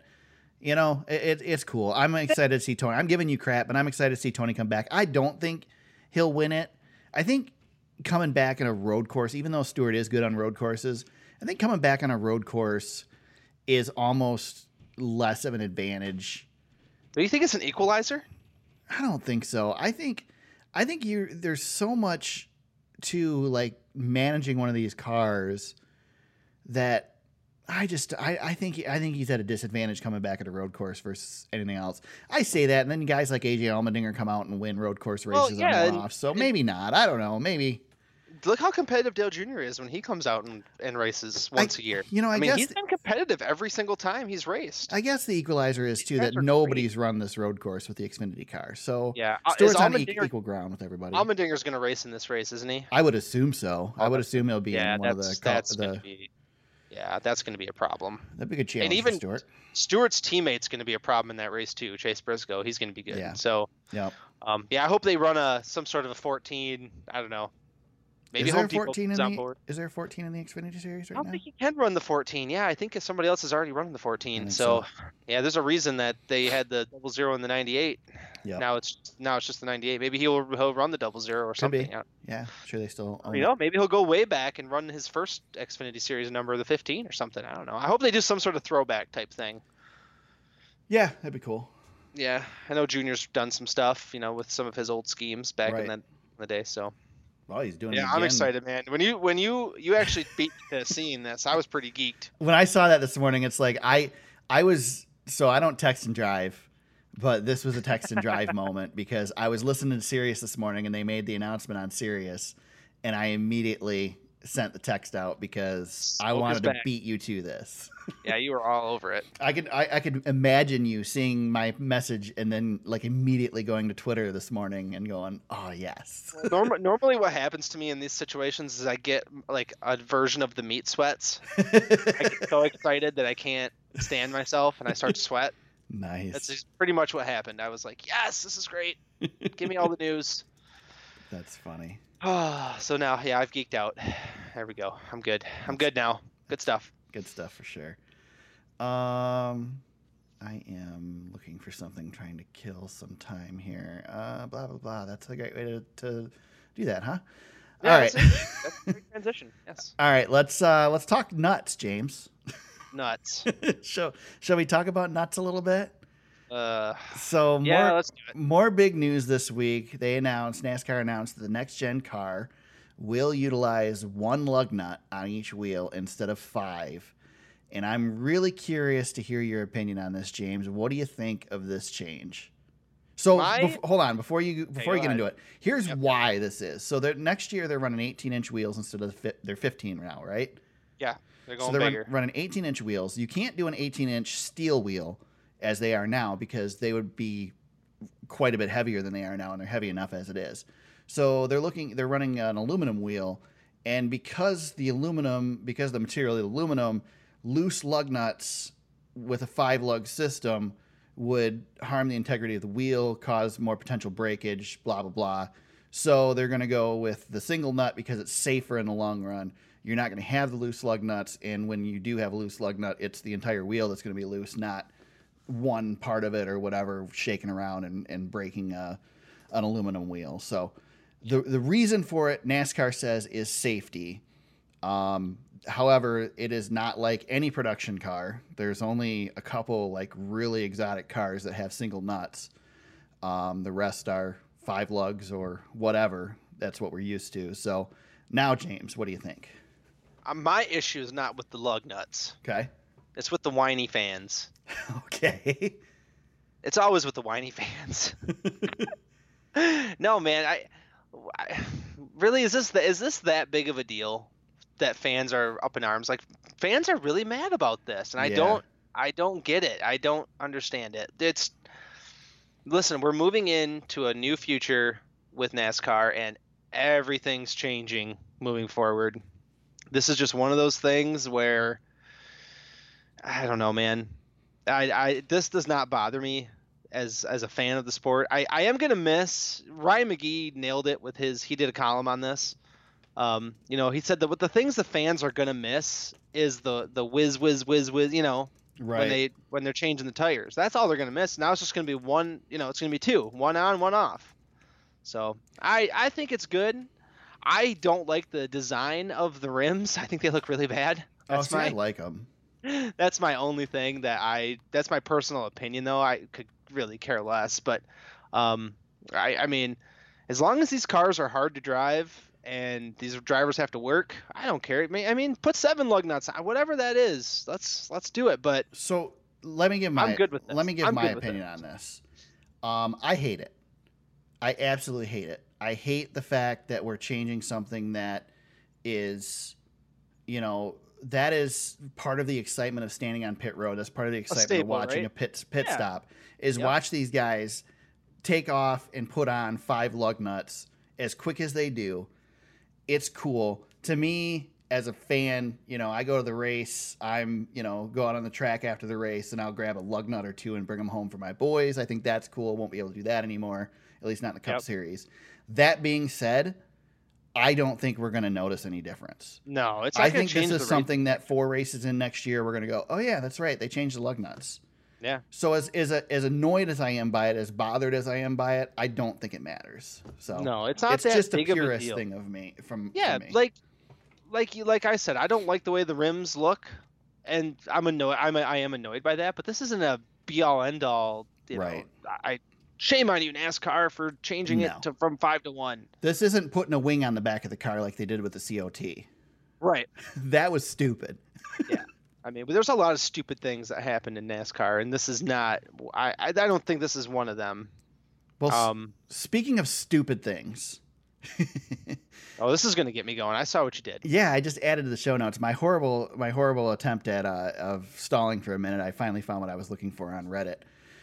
[SPEAKER 1] You know it, it, it's cool. I'm excited to see Tony. I'm giving you crap, but I'm excited to see Tony come back. I don't think he'll win it. I think coming back in a road course, even though Stewart is good on road courses, I think coming back on a road course is almost less of an advantage
[SPEAKER 6] Do you think it's an equalizer?
[SPEAKER 1] I don't think so. I think I think you there's so much to like managing one of these cars that I just I, I think I think he's at a disadvantage coming back at a road course versus anything else. I say that, and then guys like AJ Allmendinger come out and win road course
[SPEAKER 6] Well,
[SPEAKER 1] races
[SPEAKER 6] yeah,
[SPEAKER 1] on
[SPEAKER 6] and-
[SPEAKER 1] one off. So maybe not. I don't know. Maybe
[SPEAKER 6] Look how competitive Dale Jr. is when he comes out and, and races once
[SPEAKER 1] a
[SPEAKER 6] a year.
[SPEAKER 1] You know, I,
[SPEAKER 6] I, mean,
[SPEAKER 1] guess
[SPEAKER 6] he's been competitive every single time he's raced.
[SPEAKER 1] I guess the equalizer is too that
[SPEAKER 6] guys are
[SPEAKER 1] nobody's run this road course with the Xfinity car. So
[SPEAKER 6] yeah, uh, is
[SPEAKER 1] Stewart's on e-
[SPEAKER 6] Allmendinger,
[SPEAKER 1] equal ground with everybody.
[SPEAKER 6] Allmendinger's going to race in this race, isn't he?
[SPEAKER 1] I would assume so. I would assume he'll be
[SPEAKER 6] yeah,
[SPEAKER 1] in one of the.
[SPEAKER 6] that's
[SPEAKER 1] co-
[SPEAKER 6] that's
[SPEAKER 1] the
[SPEAKER 6] gonna be, yeah, that's going to be a problem.
[SPEAKER 1] that'd be a good challenge
[SPEAKER 6] even-
[SPEAKER 1] for Stewart.
[SPEAKER 6] Stewart's teammate's going to be a problem in that race too. Chase Briscoe, he's going to be good.
[SPEAKER 1] Yeah.
[SPEAKER 6] So,
[SPEAKER 1] Yep.
[SPEAKER 6] um, yeah, I hope they run a some sort of a 14. I don't know. Maybe
[SPEAKER 1] is
[SPEAKER 6] Home
[SPEAKER 1] there
[SPEAKER 6] Depot
[SPEAKER 1] 14 in
[SPEAKER 6] comes
[SPEAKER 1] the,
[SPEAKER 6] on board.
[SPEAKER 1] Is there 14 in the Xfinity series
[SPEAKER 6] I
[SPEAKER 1] right
[SPEAKER 6] don't
[SPEAKER 1] now?
[SPEAKER 6] think he can run the 14. Yeah, I think somebody else is already running the 14.
[SPEAKER 1] think
[SPEAKER 6] So, yeah, there's a reason that they had the double zero and the 98.
[SPEAKER 1] Yep.
[SPEAKER 6] Now it's now it's just the 98. Maybe he'll he'll run the double zero or
[SPEAKER 1] Could be.
[SPEAKER 6] something. Yeah.
[SPEAKER 1] yeah, sure they still. Own
[SPEAKER 6] You
[SPEAKER 1] it.
[SPEAKER 6] know, maybe he'll go way back and run his first Xfinity Series number, the 15 or something. I don't know. I hope they do some sort of throwback type thing.
[SPEAKER 1] Yeah, that'd be cool.
[SPEAKER 6] Yeah, I know Junior's done some stuff, you know, with some of his old schemes back
[SPEAKER 1] Right.
[SPEAKER 6] in, the, in the day. So
[SPEAKER 1] Well, he's doing. it
[SPEAKER 6] yeah, I'm
[SPEAKER 1] again.
[SPEAKER 6] excited, man. When you when you you actually beat the scene, this I was pretty geeked.
[SPEAKER 1] When I saw that this morning, it's like I I was so I don't text and drive, but this was a text and drive moment because I was listening to Sirius this morning and they made the announcement on Sirius, and I immediately sent the text out because I
[SPEAKER 6] Smoke is
[SPEAKER 1] wanted to
[SPEAKER 6] back.
[SPEAKER 1] beat you to this.
[SPEAKER 6] Yeah, you were all over it.
[SPEAKER 1] I could I, I could imagine you seeing my message and then like immediately going to Twitter this morning and going, Oh yes.
[SPEAKER 6] Norm- normally, what happens to me in these situations is I get like a version of the meat sweats. I get so excited that I can't stand myself and I start to sweat.
[SPEAKER 1] nice.
[SPEAKER 6] That's
[SPEAKER 1] That's,
[SPEAKER 6] just pretty much what happened. I was like, yes, this is great. Give me all the news.
[SPEAKER 1] funny.
[SPEAKER 6] so now, yeah, I've geeked out. There we go. I'm good. I'm good now. Good stuff.
[SPEAKER 1] Good stuff for sure. Um I am looking for something trying to kill some time here. Uh blah blah blah. That's a great way to, to do that, huh?
[SPEAKER 6] Yeah,
[SPEAKER 1] All right.
[SPEAKER 6] That's, it. That's a great transition. Yes.
[SPEAKER 1] All right, let's uh let's talk nuts, James.
[SPEAKER 6] Nuts.
[SPEAKER 1] shall shall we talk about nuts a little bit?
[SPEAKER 6] Uh,
[SPEAKER 1] So more
[SPEAKER 6] yeah, let's do it.
[SPEAKER 1] more big news this week. They announced NASCAR announced that the next gen car will utilize one lug nut on each wheel instead of five. And I'm really curious to hear your opinion on this, James. What do you think of this change? So
[SPEAKER 6] My-
[SPEAKER 1] bef- hold on before you before you
[SPEAKER 6] go
[SPEAKER 1] get into
[SPEAKER 6] ahead.
[SPEAKER 1] it. Here's why this is. So they're, next year they're running 18 inch wheels instead of the fi- they're 15 now, right?
[SPEAKER 6] Yeah, they're going
[SPEAKER 1] so they're run-
[SPEAKER 6] bigger.
[SPEAKER 1] running 18 inch wheels. You can't do an 18 inch steel wheel as they are now because they would be quite a bit heavier than they are now, and they're heavy enough as it is. So they're looking, they're running an aluminum wheel, and because the aluminum, because the material, the aluminum, loose lug nuts with a five lug system would harm the integrity of the wheel, cause more potential breakage, blah blah blah. So they're going to go with the single nut because it's safer in the long run. You're not going to have the loose lug nuts, and when you do have a loose lug nut, it's the entire wheel that's going to be loose, not one part of it or whatever shaking around and, and breaking uh, an aluminum wheel. So the the reason for it, NASCAR says, is safety. Um, however, it is not like any production car. There's only a couple like really exotic cars that have single nuts. Um, the rest are five lugs or whatever. That's what we're used to. So now, James, what do you think?
[SPEAKER 6] Uh, My issue is not with the lug nuts.
[SPEAKER 1] Okay.
[SPEAKER 6] It's with the whiny fans.
[SPEAKER 1] Okay.
[SPEAKER 6] It's always with the whiny fans. no, man, I, I- really is this the, is this that big of a deal that fans are up in arms? Like fans are really mad about this, and I
[SPEAKER 1] Yeah.
[SPEAKER 6] don't I don't get it. I don't understand it. It's listen, we're moving into a new future with NASCAR, and everything's changing moving forward. This is just one of those things where I don't know, man. I, I this does not bother me as as a fan of the sport. I, I am gonna miss Ryan McGee nailed it with his he did a column on this. Um, you know, he said that what the things the fans are gonna miss is the the whiz whiz whiz whiz. You know,
[SPEAKER 1] right.
[SPEAKER 6] when they when they're changing the tires, that's all they're gonna miss. Now it's just gonna be one. You know, it's gonna be two, one on, one off. So I I think it's good. I don't like the design of the rims. I think they look really bad.
[SPEAKER 1] oh,
[SPEAKER 6] That's
[SPEAKER 1] see, I
[SPEAKER 6] my-
[SPEAKER 1] like them.
[SPEAKER 6] that's my only thing that I that's my personal opinion though. I could really care less, but um I I mean as long as these cars are hard to drive and these drivers have to work, I don't care. I mean, I mean put seven lug nuts on whatever that is. Let's let's do it, but
[SPEAKER 1] So let me give my
[SPEAKER 6] I'm good with this.
[SPEAKER 1] let me give
[SPEAKER 6] I'm
[SPEAKER 1] my
[SPEAKER 6] good with
[SPEAKER 1] opinion
[SPEAKER 6] it.
[SPEAKER 1] on this. Um, I hate it. I absolutely hate it. I hate the fact that we're changing something that is, you know, that is part of the excitement of standing on pit road. That's part of the excitement of
[SPEAKER 6] staple,
[SPEAKER 1] watching
[SPEAKER 6] right?
[SPEAKER 1] a pit pit
[SPEAKER 6] Yeah.
[SPEAKER 1] stop. Is
[SPEAKER 6] Yep.
[SPEAKER 1] watch these guys take off and put on five lug nuts as quick as they do. It's cool to me as a fan. You know, I go to the race. I'm you know go out on the track after the race, and I'll grab a lug nut or two and bring them home for my boys. I think that's cool. Won't be able to do that anymore, at least not in the Cup
[SPEAKER 6] Yep.
[SPEAKER 1] Series. That being said, I don't think we're going to notice any difference.
[SPEAKER 6] No, it's not
[SPEAKER 1] I
[SPEAKER 6] gonna
[SPEAKER 1] think this
[SPEAKER 6] change
[SPEAKER 1] is
[SPEAKER 6] the
[SPEAKER 1] something that four races in next year we're going to go. Oh yeah, that's right. They changed the lug nuts.
[SPEAKER 6] Yeah.
[SPEAKER 1] So as as, a, as annoyed as I am by it, as bothered as I am by it, I don't think it matters. So
[SPEAKER 6] rate. No, it's not
[SPEAKER 1] it's
[SPEAKER 6] that
[SPEAKER 1] just a
[SPEAKER 6] big of a
[SPEAKER 1] purist
[SPEAKER 6] deal.
[SPEAKER 1] thing of me from
[SPEAKER 6] Yeah,
[SPEAKER 1] from me.
[SPEAKER 6] like like you like I said, I don't like the way the rims look, and I'm annoyed. I'm I am annoyed by that. But this isn't a be all end all. You
[SPEAKER 1] Right.
[SPEAKER 6] Know, I shame on you NASCAR for changing
[SPEAKER 1] No.
[SPEAKER 6] it to from five to one.
[SPEAKER 1] this isn't putting a wing on the back of the car like they did with the COT.
[SPEAKER 6] Right.
[SPEAKER 1] that was stupid.
[SPEAKER 6] I mean, but there's a lot of stupid things that happened in NASCAR, and this is not. I I I don't think this is one of them.
[SPEAKER 1] Well, s-
[SPEAKER 6] Um.
[SPEAKER 1] speaking of stupid things,
[SPEAKER 6] Oh, this is gonna get me going. I saw what you did.
[SPEAKER 1] Yeah, I just added to the show notes my horrible my horrible attempt at uh, of stalling for a minute. I finally found what I was looking for on Reddit.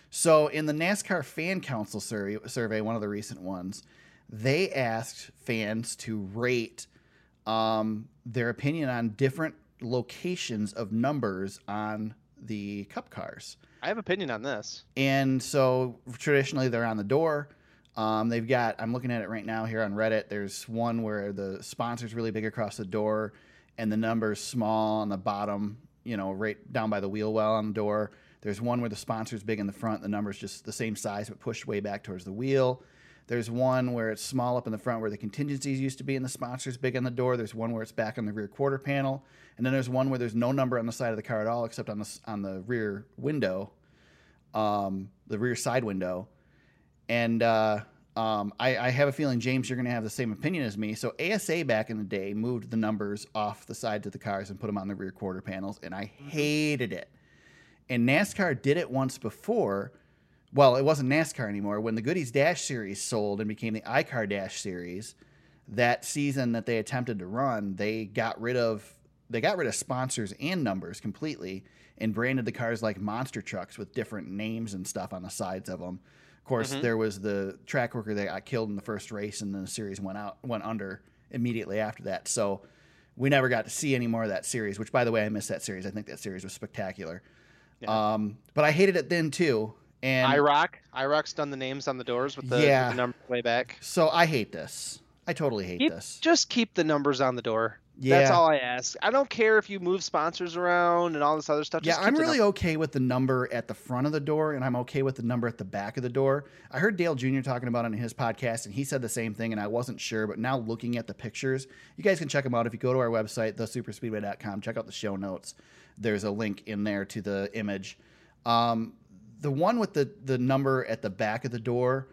[SPEAKER 1] So in the NASCAR Fan Council survey, survey one of the recent ones, they asked fans to rate um, their opinion on different locations of numbers on the Cup cars.
[SPEAKER 6] I have opinion on this.
[SPEAKER 1] And so traditionally they're on the door. Um, they've got, I'm looking at it right now here on Reddit. There's one where the sponsor's really big across the door and the number's small on the bottom, you know, right down by the wheel well on the door. There's one where the sponsor's big in the front, the number's just the same size but pushed way back towards the wheel. There's one where it's small up in the front where the contingencies used to be and the sponsor's big on the door. There's one where it's back on the rear quarter panel. And then there's one where there's no number on the side of the car at all except on the, s- on the rear window um, the rear side window, and uh, Um, I, I have a feeling, James, you're going to have the same opinion as me. So ASA back in the day moved the numbers off the sides of the cars and put them on the rear quarter panels, and I hated it. And NASCAR did it once before. Well, it wasn't NASCAR anymore. When the Goodies Dash series sold and became the iCar Dash series, that season that they attempted to run, they got rid of they got rid of sponsors and numbers completely and branded the cars like monster trucks with different names and stuff on the sides of them. Of course, there was the track worker that got killed in the first race, and then the series went out went under immediately after that. So we never got to see any more of that series. Which, by the way, I miss that series. I think that series was spectacular. Um, but I hated it then too. And
[SPEAKER 6] IROC. IROC's done the names on the doors with the, with
[SPEAKER 1] Yeah.
[SPEAKER 6] the number way back.
[SPEAKER 1] so I hate this. I totally hate
[SPEAKER 6] Keep-
[SPEAKER 1] this.
[SPEAKER 6] Just keep the numbers on the door. That's
[SPEAKER 1] Yeah.
[SPEAKER 6] all I ask. I don't care if you move sponsors around and all this other stuff.
[SPEAKER 1] Yeah,
[SPEAKER 6] just keep
[SPEAKER 1] I'm
[SPEAKER 6] the
[SPEAKER 1] really
[SPEAKER 6] num-
[SPEAKER 1] okay with the number at the front of the door, and I'm okay with the number at the back of the door. I heard Dale Jr. talking about it on his podcast, and he said the same thing, and I wasn't sure. But now looking at the pictures, you guys can check them out. If you go to our website, thesuperspeedway.com, check out the show notes. There's a link in there to the image. Um, the one with the, the number at the back of the door,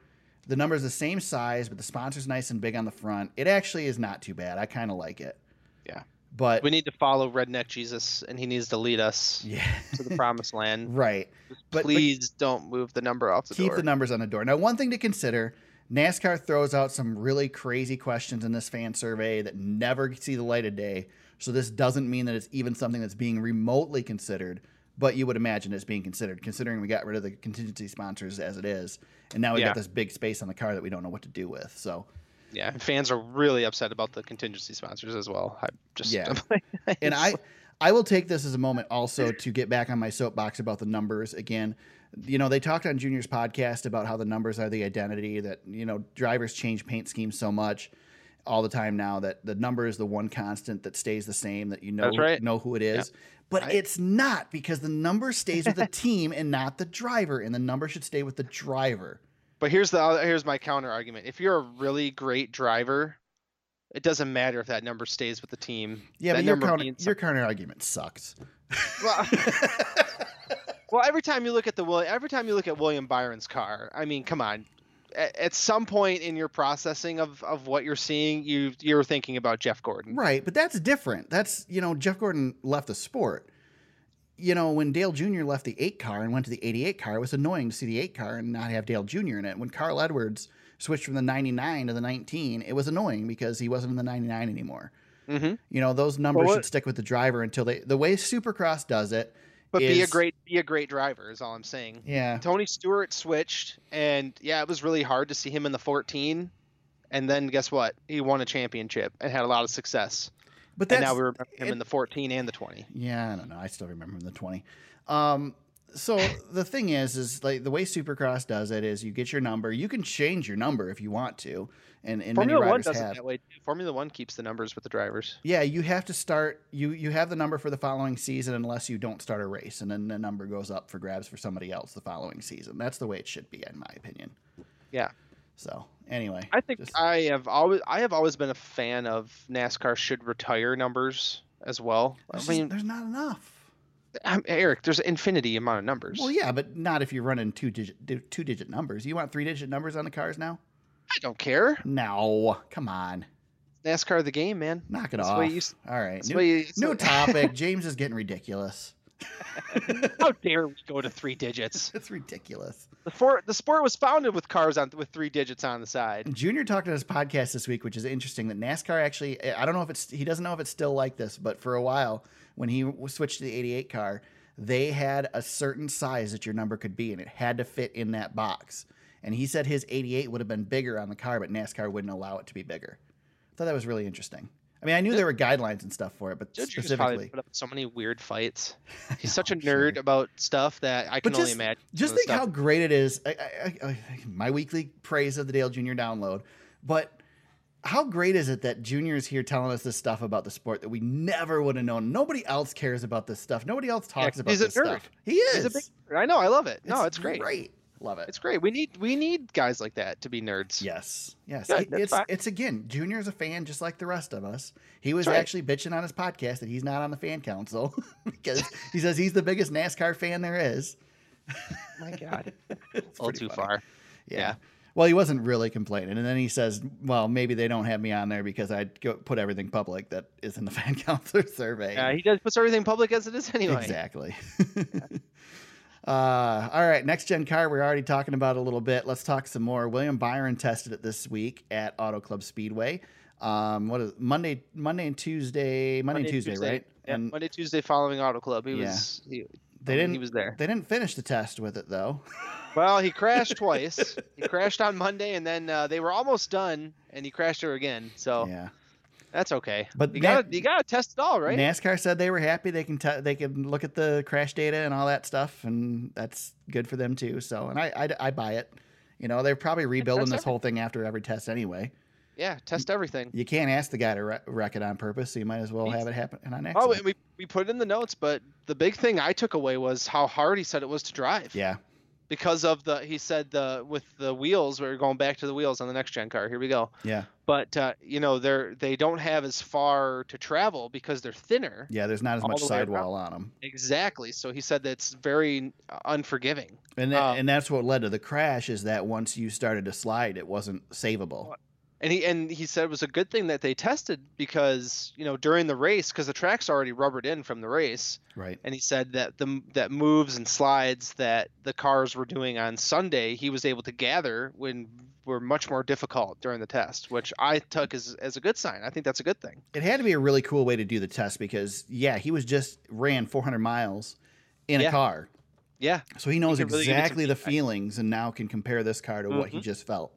[SPEAKER 1] the number is the same size, but the sponsor's nice and big on the front. It actually is not too bad. I kind of like it.
[SPEAKER 6] Yeah.
[SPEAKER 1] But
[SPEAKER 6] We need to follow Redneck Jesus, and he needs to lead us
[SPEAKER 1] yeah,
[SPEAKER 6] to the promised land.
[SPEAKER 1] right. But- but
[SPEAKER 6] Please don't move the number off the
[SPEAKER 1] keep
[SPEAKER 6] door.
[SPEAKER 1] the numbers on the door. Now, one thing to consider NASCAR throws out some really crazy questions in this fan survey that never see the light of day. So, this doesn't mean that it's even something that's being remotely considered, but you would imagine it's being considered, considering we got rid of the contingency sponsors as it is. And now we
[SPEAKER 6] Yeah.
[SPEAKER 1] got this big space on the car that we don't know what to do with. So,
[SPEAKER 6] yeah, and fans are really upset about the contingency sponsors as well. I just
[SPEAKER 1] Yeah. and I I will take this as a moment also to get back on my soapbox about the numbers again. You know, they talked on Junior's podcast about how the numbers are the identity that, you know, drivers change paint schemes so much all the time now that the number is the one constant that stays the same that you know
[SPEAKER 6] That's right.
[SPEAKER 1] know who it is. But
[SPEAKER 6] Right.
[SPEAKER 1] it's not because the number stays with the team and not the driver and the number should stay with the driver.
[SPEAKER 6] But here's the other- here's my counter argument. If you're a really great driver, it doesn't matter if that number stays with the team.
[SPEAKER 1] Yeah,
[SPEAKER 6] that
[SPEAKER 1] but your
[SPEAKER 6] number
[SPEAKER 1] counter,
[SPEAKER 6] means
[SPEAKER 1] your counter argument sucks.
[SPEAKER 6] Well, well, every time you look at the Wil- every time you look at William Byron's car, I mean, come on. At, at some point in your processing of, of what you're seeing, you you're thinking about Jeff Gordon.
[SPEAKER 1] Right, but that's different. That's you know, Jeff Gordon left the sport. You know, when Dale Jr. left the eight car and went to the eighty-eight car, it was annoying to see the eight car and not have Dale Jr. in it. When Carl Edwards switched from the ninety-nine to the nineteen, it was annoying because he wasn't in the ninety-nine anymore.
[SPEAKER 6] Mhm.
[SPEAKER 1] You know, those numbers
[SPEAKER 6] Well,
[SPEAKER 1] should
[SPEAKER 6] it-
[SPEAKER 1] stick with the driver until they. The way Supercross does it,
[SPEAKER 6] But be a
[SPEAKER 1] is-
[SPEAKER 6] great be a great driver is all I'm saying.
[SPEAKER 1] yeah,
[SPEAKER 6] Tony Stewart switched, and yeah, it was really hard to see him in the 14. And then guess what? He won a championship and had a lot of success.
[SPEAKER 1] but that's
[SPEAKER 6] and now we remember him
[SPEAKER 1] it-
[SPEAKER 6] in the 14 and the 20.
[SPEAKER 1] Yeah, I don't know. I still remember the 20. Um, so the thing is, is like the way Supercross does it is you get your number. You can change your number if you want to, and and
[SPEAKER 6] Formula
[SPEAKER 1] many
[SPEAKER 6] One
[SPEAKER 1] riders
[SPEAKER 6] does it
[SPEAKER 1] have.
[SPEAKER 6] that way. too. Formula One keeps the numbers with the drivers.
[SPEAKER 1] Yeah, you have to start. You you have the number for the following season unless you don't start a race, and then the number goes up for grabs for somebody else the following season. That's the way it should be, in my opinion.
[SPEAKER 6] Yeah.
[SPEAKER 1] So anyway,
[SPEAKER 6] I think
[SPEAKER 1] just-
[SPEAKER 6] I have always I have always been a fan of NASCAR should retire numbers as well. I
[SPEAKER 1] there's, just-
[SPEAKER 6] mean,
[SPEAKER 1] there's not enough.
[SPEAKER 6] I'm- Eric, there's an infinity amount of numbers.
[SPEAKER 1] Well, yeah, but not if you're running two digit two digit numbers. You want three digit numbers on the cars now?
[SPEAKER 6] I don't care.
[SPEAKER 1] No, come on.
[SPEAKER 6] NASCAR the game, man.
[SPEAKER 1] Knock it
[SPEAKER 6] That's
[SPEAKER 1] off.
[SPEAKER 6] what you s-
[SPEAKER 1] All right.
[SPEAKER 6] That's
[SPEAKER 1] New,
[SPEAKER 6] what you- that's
[SPEAKER 1] new
[SPEAKER 6] what-
[SPEAKER 1] topic. James is getting ridiculous.
[SPEAKER 6] How dare we go to three digits?
[SPEAKER 1] It's ridiculous.
[SPEAKER 6] The, for, the sport was founded with cars on with three digits on the side.
[SPEAKER 1] Junior talked on his podcast this week, which is interesting. That NASCAR actually, eh, I don't know if it's, he doesn't know if it's still like this, but for a while, when he switched to the 88 car, they had a certain size that your number could be, and it had to fit in that box. And he said his 88 would have been bigger on the car, but NASCAR wouldn't allow it to be bigger. I thought that was really interesting. I mean, I knew there were guidelines and stuff for it, but
[SPEAKER 6] Judge Judy's probably
[SPEAKER 1] specifically.
[SPEAKER 6] put up with so many weird fights. He's such a
[SPEAKER 1] I'm sure.
[SPEAKER 6] nerd about stuff that I can
[SPEAKER 1] But
[SPEAKER 6] only
[SPEAKER 1] just-
[SPEAKER 6] imagine. some
[SPEAKER 1] just
[SPEAKER 6] of the
[SPEAKER 1] think how
[SPEAKER 6] stuff-
[SPEAKER 1] great it is. I, I, I, I- my weekly praise of the Dale Jr. download, but how great is it that Junior is here telling us this stuff about the sport that we never would have known? Nobody else cares about this stuff. Nobody else talks
[SPEAKER 6] 'cause
[SPEAKER 1] about
[SPEAKER 6] he's a
[SPEAKER 1] this
[SPEAKER 6] nerd.
[SPEAKER 1] stuff. He is.
[SPEAKER 6] He's a big nerd. I know. I love it. no, it's great.
[SPEAKER 1] Love it.
[SPEAKER 6] It's great. We need we need guys like that to be nerds.
[SPEAKER 1] Yes. Yes.
[SPEAKER 6] Good,
[SPEAKER 1] It-
[SPEAKER 6] that's
[SPEAKER 1] it's
[SPEAKER 6] fine.
[SPEAKER 1] it's again, Junior's a fan just like the rest of us. He was
[SPEAKER 6] That's right.
[SPEAKER 1] actually bitching on his podcast that he's not on the fan council because he says he's the biggest NASCAR fan there is.
[SPEAKER 6] My God.
[SPEAKER 1] It's
[SPEAKER 6] All
[SPEAKER 1] pretty
[SPEAKER 6] too
[SPEAKER 1] funny.
[SPEAKER 6] far.
[SPEAKER 1] Yeah.
[SPEAKER 6] Yeah.
[SPEAKER 1] Well, he wasn't really complaining, and then he says, "Well, maybe they don't have me on there because I go put everything public that is in the fan counselor survey."
[SPEAKER 6] Uh, he does puts everything public as it is anyway.
[SPEAKER 1] Exactly. uh, all right, next gen car we we're already talking about a little bit. Let's talk some more. William Byron tested it this week at Auto Club Speedway. Um, what is Monday, Monday and Tuesday, Monday, and Tuesday, right?
[SPEAKER 6] Yeah,
[SPEAKER 1] and
[SPEAKER 6] Monday, Tuesday following Auto Club. He was. He,
[SPEAKER 1] they didn't.
[SPEAKER 6] he was there.
[SPEAKER 1] They didn't finish the test with it though.
[SPEAKER 6] Well, he crashed twice. he crashed on Monday, and then uh, they were almost done, and he crashed her again. So
[SPEAKER 1] yeah.
[SPEAKER 6] that's okay.
[SPEAKER 1] But
[SPEAKER 6] you
[SPEAKER 1] Na-
[SPEAKER 6] gotta you gotta test it all, right?
[SPEAKER 1] NASCAR said they were happy. They can te- they can look at the crash data and all that stuff, and that's good for them too. So, and I I, I buy it. You know, they're probably rebuilding this
[SPEAKER 6] everything.
[SPEAKER 1] whole thing after every test anyway.
[SPEAKER 6] yeah, test everything.
[SPEAKER 1] You can't ask the guy to wre- wreck it on purpose, so you might as well
[SPEAKER 6] Ex-
[SPEAKER 1] have it happen on accident.
[SPEAKER 6] Oh, and we we put it in the notes, but the big thing I took away was how hard he said it was to drive.
[SPEAKER 1] yeah,
[SPEAKER 6] Because of the he said the with the wheels, we are going back to the wheels on the next gen car. Here we go.
[SPEAKER 1] yeah,
[SPEAKER 6] But uh, you know they're they don't have as far to travel because they're thinner.
[SPEAKER 1] yeah. There's not as
[SPEAKER 6] All
[SPEAKER 1] much
[SPEAKER 6] the way around.
[SPEAKER 1] sidewall on them,
[SPEAKER 6] Exactly. So he said that's very uh, unforgiving.
[SPEAKER 1] and that,
[SPEAKER 6] Um,
[SPEAKER 1] and that's what led to the crash. Is that once you started to slide, it wasn't savable.
[SPEAKER 6] And he and he said it was a good thing that they tested because you know during the race because the track's already rubbered in from the race.
[SPEAKER 1] Right.
[SPEAKER 6] And he said that the that moves and slides that the cars were doing on Sunday, he was able to gather when were much more difficult during the test, which I took as as a good sign. I think that's a good thing.
[SPEAKER 1] It had to be a really cool way to do the test because yeah, he was just ran 400 miles in a
[SPEAKER 6] Yeah.
[SPEAKER 1] car.
[SPEAKER 6] Yeah,
[SPEAKER 1] So he knows
[SPEAKER 6] can really give it some
[SPEAKER 1] exactly the
[SPEAKER 6] feedback.
[SPEAKER 1] feelings and now can compare this car to what
[SPEAKER 6] Mm-hmm.
[SPEAKER 1] he just felt.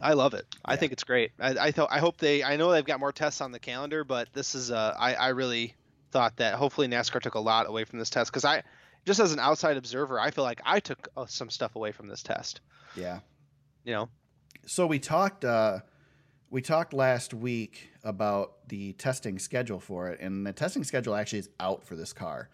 [SPEAKER 6] I love it. I think it's great. I I, th- I hope they. I know they've got more tests on the calendar, but this is. Uh, I I really thought that hopefully NASCAR took a lot away from this test because I, just as an outside observer, I feel like I took uh, some stuff away from this test.
[SPEAKER 1] Yeah.
[SPEAKER 6] You know.
[SPEAKER 1] So we talked uh we talked last week about the testing schedule for it and the testing schedule actually is out for this car.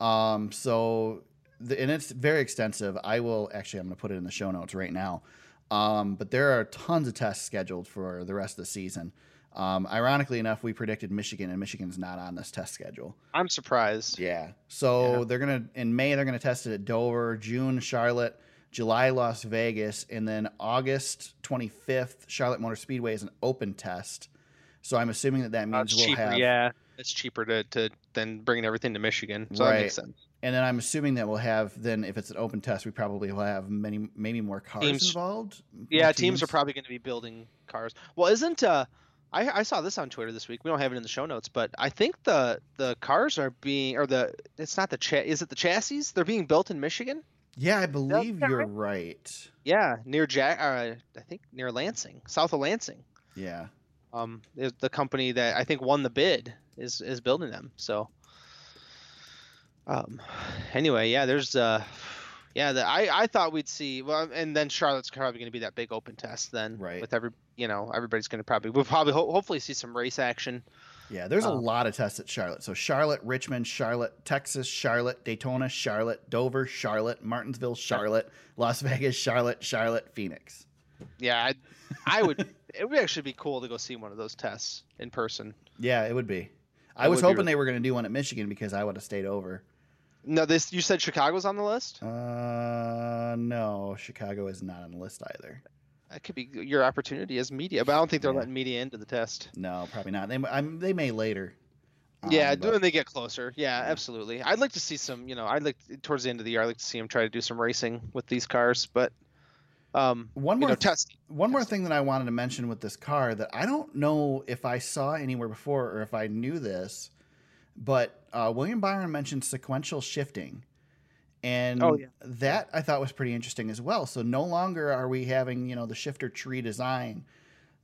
[SPEAKER 1] Um so the, and it's very extensive. I will actually I'm going to put it in the show notes right now. Um but there are tons of tests scheduled for the rest of the season. Um, ironically enough, we predicted Michigan, and Michigan's not on this test schedule.
[SPEAKER 6] I'm surprised.
[SPEAKER 1] Yeah. So they're gonna in May they're gonna test it at Dover, June Charlotte, July Las Vegas, and then August 25th Charlotte Motor Speedway is an open test. So I'm assuming that that
[SPEAKER 6] Uh,
[SPEAKER 1] means
[SPEAKER 6] it's
[SPEAKER 1] we'll
[SPEAKER 6] cheaper,
[SPEAKER 1] have
[SPEAKER 6] yeah. It's cheaper to, to than bringing everything to Michigan, so that
[SPEAKER 1] Right.
[SPEAKER 6] makes sense.
[SPEAKER 1] and then I'm assuming that we'll have then if it's an open test we probably will have many maybe more cars
[SPEAKER 6] Teams-
[SPEAKER 1] involved. More
[SPEAKER 6] Yeah, teams, are probably going to be building cars. Well, isn't uh, I I saw this on Twitter this week. We don't have it in the show notes, but I think the the cars are being or the it's not the cha- is it the chassis? They're being built in Michigan.
[SPEAKER 1] Yeah, I believe
[SPEAKER 6] that
[SPEAKER 1] you're right.
[SPEAKER 6] Yeah, near Jack. Uh, I think near Lansing, south of Lansing.
[SPEAKER 1] Yeah.
[SPEAKER 6] Um, is the company that I think won the bid is is building them. So, um, anyway, yeah, there's uh. Yeah, the, I, I thought we'd see well, and then Charlotte's probably going to be that big open test then,
[SPEAKER 1] Right.
[SPEAKER 6] With every you know everybody's going to probably we'll probably ho- hopefully see some race action.
[SPEAKER 1] Yeah, there's a
[SPEAKER 6] Um,
[SPEAKER 1] lot of tests at Charlotte. So Charlotte, Richmond, Charlotte, Texas, Charlotte, Daytona, Charlotte, Dover, Charlotte, Martinsville, Charlotte, Las Vegas, Charlotte, Charlotte, Phoenix.
[SPEAKER 6] Yeah, I, I would it would actually be cool to go see one of those tests in person.
[SPEAKER 1] Yeah, it would be. I
[SPEAKER 6] That
[SPEAKER 1] was
[SPEAKER 6] would be
[SPEAKER 1] hoping
[SPEAKER 6] really-
[SPEAKER 1] they were going to do one at Michigan because I would have stayed over.
[SPEAKER 6] No, this you said Chicago's on the list.
[SPEAKER 1] Oh. Uh, no, Chicago is not on the list either.
[SPEAKER 6] That could be your opportunity as media, but I don't think they're
[SPEAKER 1] Yeah.
[SPEAKER 6] letting media into the test.
[SPEAKER 1] No, probably not. They I'm, they may later. Um,
[SPEAKER 6] yeah,
[SPEAKER 1] but-
[SPEAKER 6] when they get closer. Yeah, absolutely. I'd like to see some. You know, I'd like towards the end of the year, I'd like to see him try to do some racing with these cars. But um,
[SPEAKER 1] One
[SPEAKER 6] you
[SPEAKER 1] more
[SPEAKER 6] know,
[SPEAKER 1] th-
[SPEAKER 6] test.
[SPEAKER 1] One more
[SPEAKER 6] Yes.
[SPEAKER 1] thing that I wanted to mention with this car that I don't know if I saw anywhere before or if I knew this, but uh, William Byron mentioned sequential shifting. And
[SPEAKER 6] Oh, yeah.
[SPEAKER 1] that I thought was pretty interesting as well. So no longer are we having, you know, the shifter tree design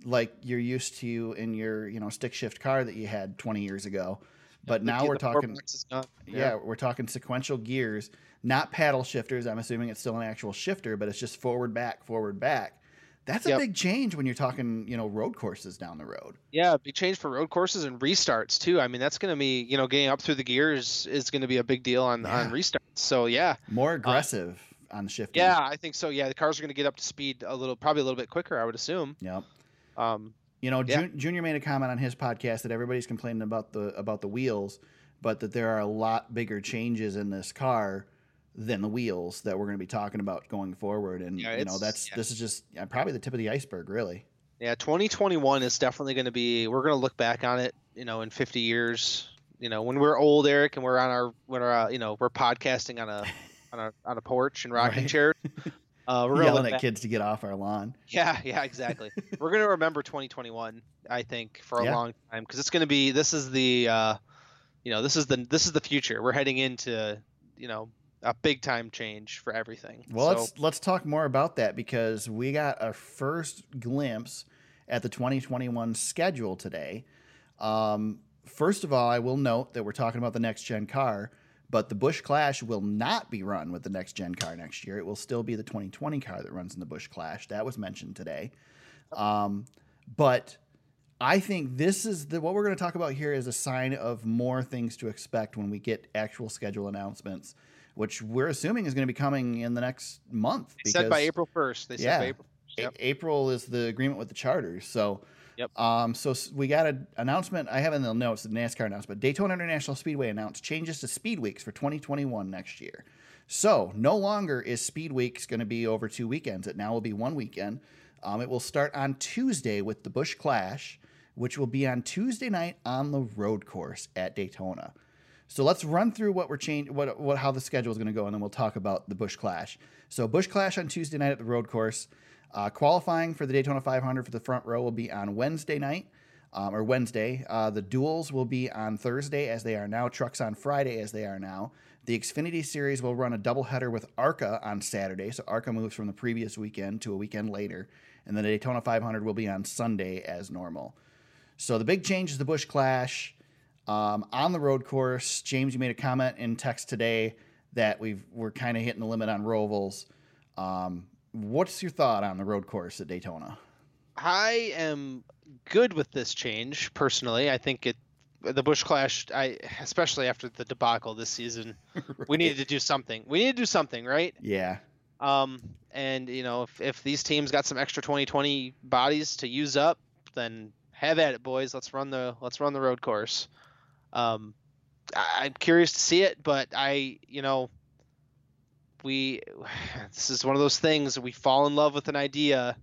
[SPEAKER 1] like you're used to in your, you know, stick shift car that you had 20 years ago. But
[SPEAKER 6] The-
[SPEAKER 1] now
[SPEAKER 6] the
[SPEAKER 1] we're
[SPEAKER 6] four
[SPEAKER 1] talking
[SPEAKER 6] boxes up,
[SPEAKER 1] yeah, we're talking sequential gears, not paddle shifters. I'm assuming it's still an actual shifter, but it's just forward back, forward back. That's a
[SPEAKER 6] Yep.
[SPEAKER 1] big change when you're talking, you know, road courses down the road.
[SPEAKER 6] Yeah, big change for road courses and restarts too. I mean, that's going to be you know getting up through the gears is going to be a big deal on on
[SPEAKER 1] Yeah.
[SPEAKER 6] restarts. So yeah,
[SPEAKER 1] More aggressive on the shifting.
[SPEAKER 6] Uh, yeah, I think so. Yeah, the cars are going to get up to speed a little, probably a little bit quicker, I would assume.
[SPEAKER 1] Yep.
[SPEAKER 6] Um,
[SPEAKER 1] You know,
[SPEAKER 6] Yeah.
[SPEAKER 1] Jun- Junior made a comment on his podcast that everybody's complaining about the about the wheels, but that there are a lot bigger changes in this car than the wheels that we're going to be talking about going forward. And
[SPEAKER 6] Yeah,
[SPEAKER 1] you know,
[SPEAKER 6] it's-
[SPEAKER 1] that's
[SPEAKER 6] yeah.
[SPEAKER 1] this is just uh, probably the tip of the iceberg, really.
[SPEAKER 6] Yeah, 2021 is definitely going to be. We're going to look back on it, you know, in 50 years. You know, when we're old, Eric, and we're on our, when our, uh, you know, we're podcasting on a, on a, on a porch and rocking
[SPEAKER 1] Right.
[SPEAKER 6] chairs. Uh, we're going to
[SPEAKER 1] Yelling
[SPEAKER 6] look
[SPEAKER 1] at
[SPEAKER 6] back.
[SPEAKER 1] kids to get off our lawn.
[SPEAKER 6] Yeah, yeah, exactly. we're going to remember 2021, I think, for a
[SPEAKER 1] Yeah.
[SPEAKER 6] long time because it's going to be. This is the, uh, you know, this is the this is the future. We're heading into, you know, a big time change for everything.
[SPEAKER 1] Well,
[SPEAKER 6] so,
[SPEAKER 1] let's let's talk more about that because we got a first glimpse at the 2021 schedule today. Um, first of all, I will note that we're talking about the next gen car, but the Bush Clash will not be run with the next gen car next year. It will still be the 2020 car that runs in the Bush Clash. That was mentioned today. Um, but I think this is the what we're going to talk about here is a sign of more things to expect when we get actual schedule announcements, which we're assuming is going to be coming in the next month.
[SPEAKER 6] they said by April 1st. They said by
[SPEAKER 1] Yeah.
[SPEAKER 6] April. 1st. Yep.
[SPEAKER 1] A- April is the agreement with the charters. So,
[SPEAKER 6] Yep.
[SPEAKER 1] um, so s- we got an announcement. I have in the notes the NASCAR announcement. Daytona International Speedway announced changes to speed weeks for 2021 next year. So no longer is speed weeks going to be over two weekends. It now will be one weekend. Um, it will start on Tuesday with the Bush Clash, which will be on Tuesday night on the road course at Daytona. So let's run through what we're changing, what, what how the schedule is going to go, and then we'll talk about the Bush Clash. So Bush Clash on Tuesday night at the road course. Uh, qualifying for the Daytona 500 for the front row will be on Wednesday night, um, or Wednesday. Uh, the duels will be on Thursday as they are now. Trucks on Friday as they are now. The Xfinity Series will run a doubleheader with ARCA on Saturday, so ARCA moves from the previous weekend to a weekend later, and then the Daytona 500 will be on Sunday as normal. So the big change is the Bush Clash um, on the road course. James, you made a comment in text today that we've we're kind of hitting the limit on rovals. Um, what's your thought on the road course at Daytona?
[SPEAKER 6] I am good with this change personally. I think it the Bush Clash, I especially after the debacle this season, we needed to do something. We need to do something, right?
[SPEAKER 1] Yeah,
[SPEAKER 6] Um, and you know, if, if these teams got some extra 2020 bodies to use up, then have at it, boys. Let's run the let's run the road course. Um, I, I'm curious to see it, but I, you know, we this is one of those things we fall in love with an idea,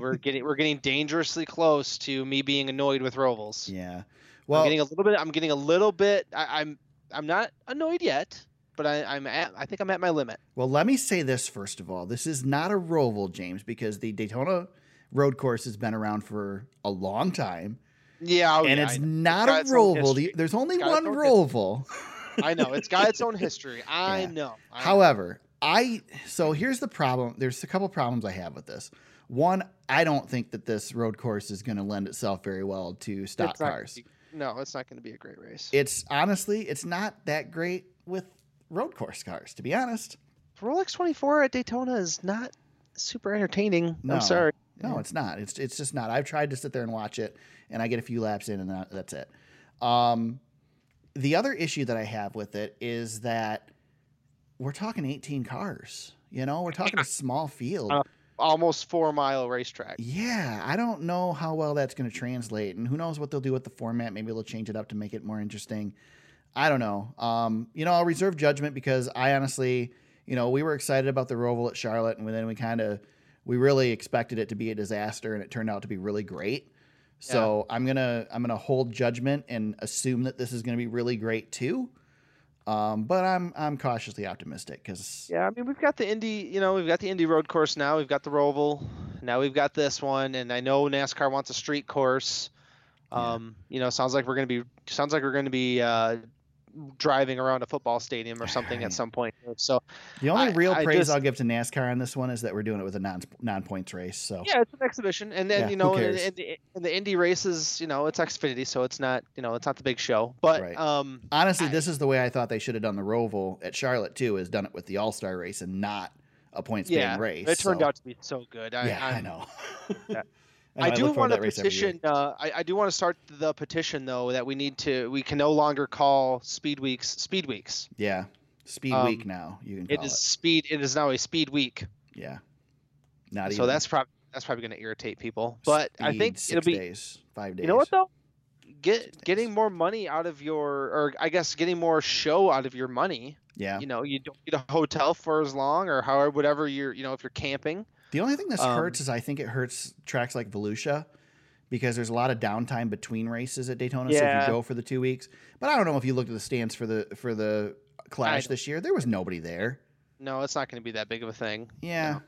[SPEAKER 6] we're getting we're getting dangerously close to me being annoyed with Rovals.
[SPEAKER 1] yeah.
[SPEAKER 6] I'm
[SPEAKER 1] Well,
[SPEAKER 6] getting a little bit. I'm getting a little bit. I, I'm I'm not annoyed yet, but I, I'm at. I think I'm at my limit.
[SPEAKER 1] well, let me say this first of all. This is not a roval, James, because the Daytona road course has been around for a long time,
[SPEAKER 6] Yeah, oh,
[SPEAKER 1] and
[SPEAKER 6] yeah,
[SPEAKER 1] it's
[SPEAKER 6] I know.
[SPEAKER 1] not
[SPEAKER 6] got
[SPEAKER 1] a
[SPEAKER 6] its own
[SPEAKER 1] roval. The-
[SPEAKER 6] history.
[SPEAKER 1] There's only
[SPEAKER 6] It's got
[SPEAKER 1] one
[SPEAKER 6] its own
[SPEAKER 1] roval.
[SPEAKER 6] I know it's got its own history. I
[SPEAKER 1] Yeah.
[SPEAKER 6] know. I know.
[SPEAKER 1] However, I so here's the problem. There's a couple problems I have with this. One, I don't think that this road course is going to lend itself very well to stock
[SPEAKER 6] It's not gonna
[SPEAKER 1] cars.
[SPEAKER 6] be- no, it's not going to be a great race.
[SPEAKER 1] It's honestly, it's not that great with road course cars, to be honest.
[SPEAKER 6] Rolex 24 at Daytona is not super entertaining.
[SPEAKER 1] No.
[SPEAKER 6] I'm sorry.
[SPEAKER 1] No, it's not. It's it's just not. I've tried to sit there and watch it, and I get a few laps in, and that, that's it. Um, the other issue that I have with it is that we're talking 18 cars. You know, we're talking a small field.
[SPEAKER 6] Uh, Almost four mile racetrack.
[SPEAKER 1] Yeah, I don't know how well that's going to translate, and who knows what they'll do with the format. Maybe they'll change it up to make it more interesting. I don't know. Um, you know, I'll reserve judgment because I honestly, you know, we were excited about the Roval at Charlotte, and then we kind of, we really expected it to be a disaster, and it turned out to be really great. So I'm gonna I'm gonna hold judgment and assume that this is gonna be really great too. Um, but I'm I'm cautiously optimistic because
[SPEAKER 6] Yeah, I mean we've got the Indy, you know, we've got the Indy road course now. We've got the Roval. Now we've got this one, and I know NASCAR wants a street course.
[SPEAKER 1] Yeah.
[SPEAKER 6] Um, you know, sounds like we're gonna be sounds like we're gonna be uh, driving around a football stadium or something
[SPEAKER 1] Right.
[SPEAKER 6] at some point. So
[SPEAKER 1] the only
[SPEAKER 6] I-
[SPEAKER 1] real
[SPEAKER 6] I
[SPEAKER 1] praise
[SPEAKER 6] just-
[SPEAKER 1] I'll give to NASCAR on this one is that we're doing it with a non non points race. So
[SPEAKER 6] Yeah, it's an exhibition, and then
[SPEAKER 1] Yeah, who
[SPEAKER 6] you know, and,
[SPEAKER 1] cares?
[SPEAKER 6] and the, and the indie races, you know, it's Xfinity, so it's not, you know, it's not the big show. But
[SPEAKER 1] Right.
[SPEAKER 6] um,
[SPEAKER 1] Honestly,
[SPEAKER 6] I-
[SPEAKER 1] this is the way I thought they should have done the Roval at Charlotte too. Is done it with the All Star race and not a points
[SPEAKER 6] yeah,
[SPEAKER 1] paying race.
[SPEAKER 6] it turned
[SPEAKER 1] so-
[SPEAKER 6] out to be so good. I,
[SPEAKER 1] yeah, I
[SPEAKER 6] I'm-
[SPEAKER 1] know.
[SPEAKER 6] Yeah.
[SPEAKER 1] know,
[SPEAKER 6] I do
[SPEAKER 1] look forward
[SPEAKER 6] want to
[SPEAKER 1] that race every year.
[SPEAKER 6] petition. Uh, I, I do want to start the petition though that we need to. We can no longer call speed weeks speed weeks.
[SPEAKER 1] Yeah, Speed
[SPEAKER 6] Um,
[SPEAKER 1] Week now. You can
[SPEAKER 6] It
[SPEAKER 1] call it.
[SPEAKER 6] is speed. It is now a speed week.
[SPEAKER 1] Yeah, not
[SPEAKER 6] so
[SPEAKER 1] even.
[SPEAKER 6] that's probably that's probably going to irritate people. But I
[SPEAKER 1] Speed,
[SPEAKER 6] think it'll
[SPEAKER 1] six
[SPEAKER 6] be.
[SPEAKER 1] days, five days.
[SPEAKER 6] You know what though? get getting more money out of your, or I guess getting more show out of your money.
[SPEAKER 1] Yeah.
[SPEAKER 6] You know, you don't get a hotel for as long, or however, whatever you're, you know, if you're camping.
[SPEAKER 1] The only thing this
[SPEAKER 6] Um,
[SPEAKER 1] hurts is I think it hurts tracks like Volusia because there's a lot of downtime between races at Daytona. So
[SPEAKER 6] Yeah.
[SPEAKER 1] if you go for the two weeks, but I don't know if you looked at the stands for the for the Clash
[SPEAKER 6] don't-
[SPEAKER 1] this year. There was nobody there.
[SPEAKER 6] No, it's not going to be that big of a thing.
[SPEAKER 1] Yeah,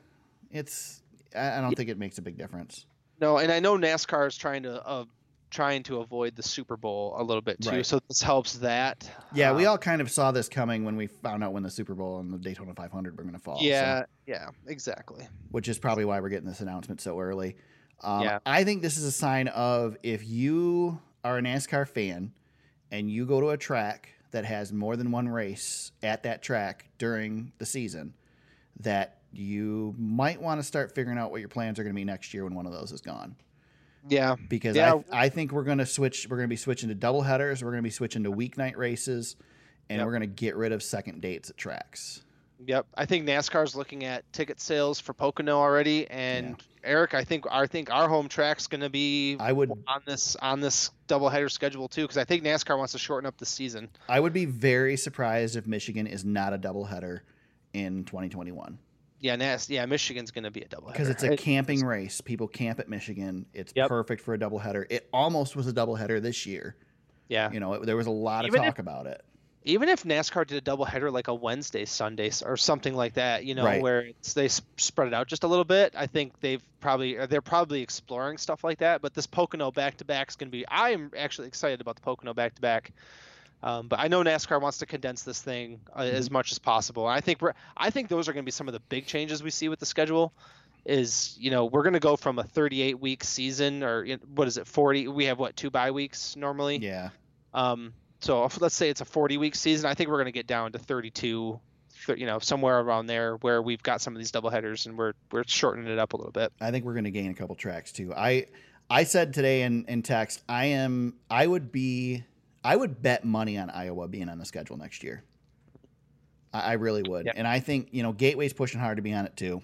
[SPEAKER 1] it's. I I don't think it makes a big difference.
[SPEAKER 6] No, and I know NASCAR is trying to uh, trying to avoid the Super Bowl a little bit too,
[SPEAKER 1] Right.
[SPEAKER 6] so this helps that.
[SPEAKER 1] Yeah, we
[SPEAKER 6] Um,
[SPEAKER 1] all kind of saw this coming when we found out when the Super Bowl and the Daytona 500 were going to fall. so-
[SPEAKER 6] Yeah, yeah, exactly.
[SPEAKER 1] which is probably why we're getting this announcement so early. Um,
[SPEAKER 6] Yeah.
[SPEAKER 1] I think this is a sign of if you are a NASCAR fan and you go to a track that has more than one race at that track during the season, that you might want to start figuring out what your plans are going to be next year when one of those is gone.
[SPEAKER 6] Yeah,
[SPEAKER 1] Because
[SPEAKER 6] Yeah.
[SPEAKER 1] I, I think we're going to switch. We're going to be switching to double headers. We're going to be switching to weeknight races, and
[SPEAKER 6] Yep.
[SPEAKER 1] we're going to get rid of second dates at tracks.
[SPEAKER 6] yep. I think NASCAR's looking at ticket sales for Pocono already, and Eric, I think I think our home track's going to be
[SPEAKER 1] I would
[SPEAKER 6] on this on this doubleheader schedule too, because I think NASCAR wants to shorten up the season.
[SPEAKER 1] I would be very surprised if Michigan is not a doubleheader in 2021
[SPEAKER 6] Yeah, NAS, yeah, Michigan's going to be a doubleheader
[SPEAKER 1] because it's a
[SPEAKER 6] It-
[SPEAKER 1] camping race. People camp at Michigan. It's
[SPEAKER 6] Yep.
[SPEAKER 1] perfect for a doubleheader. It almost was a doubleheader this year.
[SPEAKER 6] yeah.
[SPEAKER 1] You know, it, there was a lot of
[SPEAKER 6] Even if-
[SPEAKER 1] talk about it.
[SPEAKER 6] even if NASCAR did a doubleheader like a Wednesday, Sunday, s- or something like that, you know,
[SPEAKER 1] Right.
[SPEAKER 6] where it's, they s- spread it out just a little bit, I think they've probably or they're probably exploring stuff like that. But this Pocono back to back is going to be. I am actually excited about the Pocono back to back. Um, but I know NASCAR wants to condense this thing uh,
[SPEAKER 1] Mm-hmm.
[SPEAKER 6] as much as possible. And I think we're, I think those are going to be some of the big changes we see with the schedule. Is you know we're going to go from a 38 week season or you know, what is it 40? We have what two bye weeks normally.
[SPEAKER 1] Yeah,
[SPEAKER 6] Um, so if, let's say it's a 40 week season. I think we're going to get down to 32, thir- you know, somewhere around there where we've got some of these double headers and we're we're shortening it up a little bit.
[SPEAKER 1] I think we're going to gain a couple tracks too. I I said today in in text, I am I would be I would bet money on Iowa being on the schedule next year. I, I really would,
[SPEAKER 6] Yep.
[SPEAKER 1] and I think you know Gateway's pushing hard to be on it too.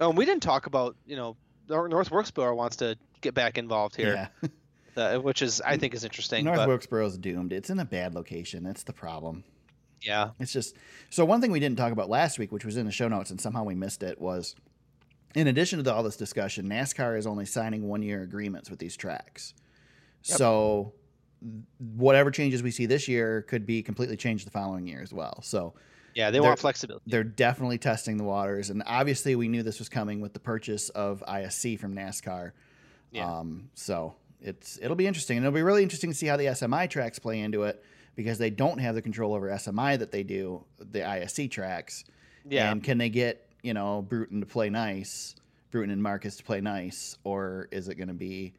[SPEAKER 6] Oh, and we didn't talk about you know Nor- North Wilkesboro wants to get back involved here,
[SPEAKER 1] Yeah.
[SPEAKER 6] uh, which is I think is interesting.
[SPEAKER 1] North
[SPEAKER 6] but,
[SPEAKER 1] Wilkesboro's doomed. It's in a bad location. That's the problem.
[SPEAKER 6] yeah,
[SPEAKER 1] It's just so one thing we didn't talk about last week, which was in the show notes, and somehow we missed it, was in addition to all this discussion, NASCAR is only signing one year agreements with these tracks.
[SPEAKER 6] Yep.
[SPEAKER 1] So whatever changes we see this year could be completely changed the following year as well. So
[SPEAKER 6] yeah, they
[SPEAKER 1] They're-
[SPEAKER 6] want flexibility.
[SPEAKER 1] they're definitely testing the waters, and obviously we knew this was coming with the purchase of ISC from NASCAR.
[SPEAKER 6] Yeah.
[SPEAKER 1] Um, so it's it'll be interesting, and it'll be really interesting to see how the SMI tracks play into it because they don't have the control over SMI that they do the ISC tracks.
[SPEAKER 6] Yeah,
[SPEAKER 1] And can they get you know Bruton to play nice, Bruton and Marcus to play nice, or is it going to be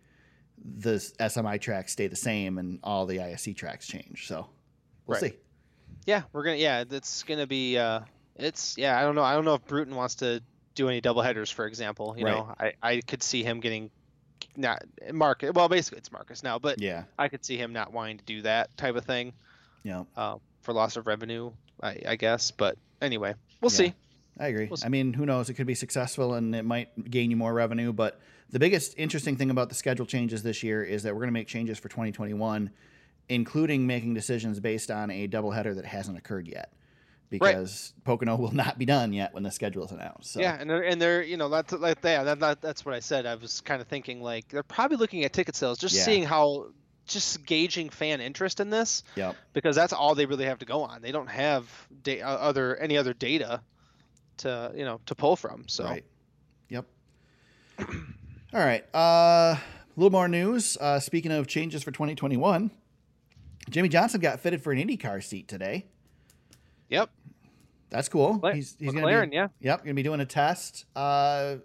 [SPEAKER 1] the SMI tracks stay the same and all the ISC tracks change? So we'll
[SPEAKER 6] Right.
[SPEAKER 1] see.
[SPEAKER 6] yeah, we're gonna yeah, it's gonna be uh, it's yeah, I don't know, I don't know if Bruton wants to do any double headers, for example. You
[SPEAKER 1] Right.
[SPEAKER 6] know, I I could see him getting. Not Mark. Well, basically, it's Marcus now, but
[SPEAKER 1] Yeah.
[SPEAKER 6] I could see him not wanting to do that type of thing
[SPEAKER 1] You know,
[SPEAKER 6] um, for loss of revenue, I, I guess. But anyway, we'll
[SPEAKER 1] Yeah.
[SPEAKER 6] see.
[SPEAKER 1] I agree.
[SPEAKER 6] We'll see.
[SPEAKER 1] I mean, who knows? It could be successful and it might gain you more revenue. But the biggest interesting thing about the schedule changes this year is that we're going to make changes for 2021, including making decisions based on a doubleheader that hasn't occurred yet, because Pocono will not be done yet when the schedule is announced. So,
[SPEAKER 6] Yeah, and they're, and they're you know that's like yeah, that, that that's what I said. I was kind of thinking like they're probably looking at ticket sales, just
[SPEAKER 1] Yeah.
[SPEAKER 6] seeing how, just gauging fan interest in this
[SPEAKER 1] Yep.
[SPEAKER 6] because that's all they really have to go on. They don't have da- uh, other any other data to you know to pull from. So
[SPEAKER 1] Right. Yep. All right. Uh, a little more news. Uh, speaking of changes for 2021, Jimmy Johnson got fitted for an IndyCar seat today.
[SPEAKER 6] yep,
[SPEAKER 1] That's cool.
[SPEAKER 6] Cla-
[SPEAKER 1] he's he's gonna
[SPEAKER 6] McLaren,
[SPEAKER 1] be,
[SPEAKER 6] yeah.
[SPEAKER 1] Yep, gonna be doing a test uh,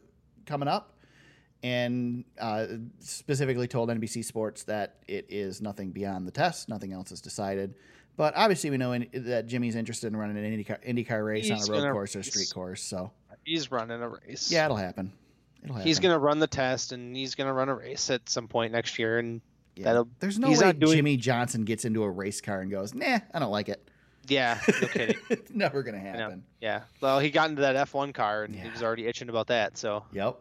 [SPEAKER 1] coming up, and uh, specifically told NBC Sports that it is nothing beyond the test. Nothing else is decided. But obviously, we know in, that Jimmy's interested in running an IndyCar, IndyCar race
[SPEAKER 6] He's
[SPEAKER 1] on a road
[SPEAKER 6] gonna
[SPEAKER 1] course or
[SPEAKER 6] race.
[SPEAKER 1] street course. So
[SPEAKER 6] he's running a race.
[SPEAKER 1] yeah, it'll happen. It'll happen.
[SPEAKER 6] he's gonna run the test and he's gonna run a race at some point next year and
[SPEAKER 1] Yeah.
[SPEAKER 6] that'll-
[SPEAKER 1] There's no
[SPEAKER 6] he's
[SPEAKER 1] way
[SPEAKER 6] not doing-
[SPEAKER 1] Jimmy Johnson gets into a race car and goes, "Nah, I don't like it."
[SPEAKER 6] yeah, no kidding.
[SPEAKER 1] it's never gonna happen.
[SPEAKER 6] Yeah. Well, he got into that F1 car and
[SPEAKER 1] Yeah.
[SPEAKER 6] he was already itching about that. So,
[SPEAKER 1] Yep.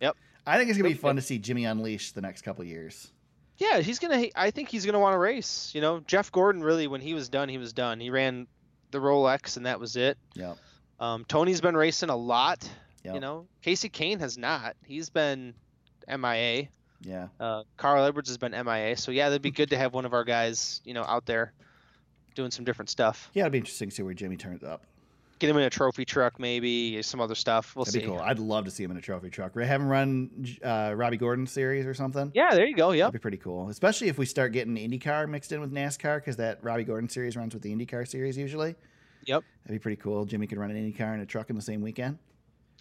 [SPEAKER 6] Yep.
[SPEAKER 1] I think it's gonna be
[SPEAKER 6] Yep,
[SPEAKER 1] fun to see Jimmy unleash the next couple years.
[SPEAKER 6] Yeah, he's gonna. I think he's gonna want to race. You know, Jeff Gordon really, when he was done, he was done. He ran the Rolex, and that was it.
[SPEAKER 1] Yep.
[SPEAKER 6] Um, Tony's been racing a lot.
[SPEAKER 1] Yep.
[SPEAKER 6] You know, Casey Kane has not. He's been MIA.
[SPEAKER 1] Yeah.
[SPEAKER 6] Uh, Carl Edwards has been MIA. So yeah, that'd be good to have one of our guys, you know, out there doing some different stuff.
[SPEAKER 1] Yeah, it'd be interesting to see where Jimmy turns up.
[SPEAKER 6] Get him in a trophy truck, maybe some other stuff. We'll
[SPEAKER 1] That'd
[SPEAKER 6] see.
[SPEAKER 1] be cool. I'd love to see him in a trophy truck. Have him run uh, Robbie Gordon series or something.
[SPEAKER 6] Yeah, there you go. Yep.
[SPEAKER 1] That'd be pretty cool, especially if we start getting IndyCar mixed in with NASCAR because that Robbie Gordon series runs with the IndyCar series usually.
[SPEAKER 6] Yep.
[SPEAKER 1] That'd be pretty cool. Jimmy could run an IndyCar and a truck in the same weekend.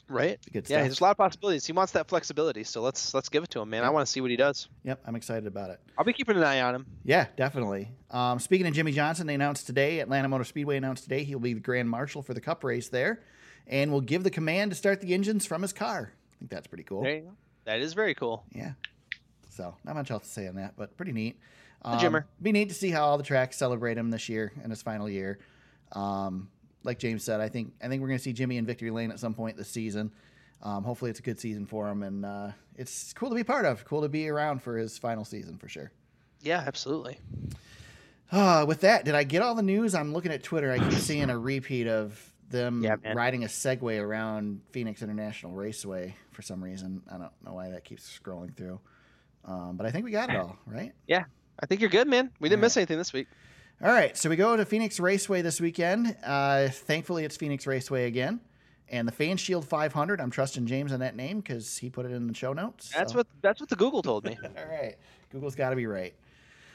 [SPEAKER 6] Right.
[SPEAKER 1] Be Good
[SPEAKER 6] Yeah,
[SPEAKER 1] stuff.
[SPEAKER 6] there's a lot of possibilities. He wants that flexibility, so let's let's give it to him, man. I want to see what he does.
[SPEAKER 1] Yep, I'm excited about it.
[SPEAKER 6] I'll be keeping an eye on him.
[SPEAKER 1] Yeah, definitely. Um, speaking of Jimmy Johnson, they announced today, Atlanta Motor Speedway announced today he will be the Grand Marshal for the Cup race there and will give the command to start the engines from his car. I think that's pretty cool.
[SPEAKER 6] There you go. That is very cool.
[SPEAKER 1] Yeah. So, not much else to say on that, but pretty neat. Um,
[SPEAKER 6] The Jimmer.
[SPEAKER 1] Be neat to see how all the tracks celebrate him this year in his final year. Um, like James said, I think I think we're going to see Jimmy in victory lane at some point this season. Um, hopefully, it's a good season for him, and uh, it's cool to be part of. Cool to be around for his final season for sure.
[SPEAKER 6] Yeah, absolutely.
[SPEAKER 1] Uh, with that, did I get all the news? I'm looking at Twitter. I keep seeing a repeat of them
[SPEAKER 6] Yeah, man.
[SPEAKER 1] riding a Segway around Phoenix International Raceway for some reason. I don't know why that keeps scrolling through. Um, but I think we got it all, right?
[SPEAKER 6] I think you're good, man. We didn't
[SPEAKER 1] All
[SPEAKER 6] miss anything this week.
[SPEAKER 1] All right, so we go to Phoenix Raceway this weekend. Uh, thankfully, it's Phoenix Raceway again. And the Fan Shield 500, I'm trusting James on that name because he put it in the show notes.
[SPEAKER 6] That's
[SPEAKER 1] so-
[SPEAKER 6] what that's what the Google told me.
[SPEAKER 1] All right. Google's got to be right.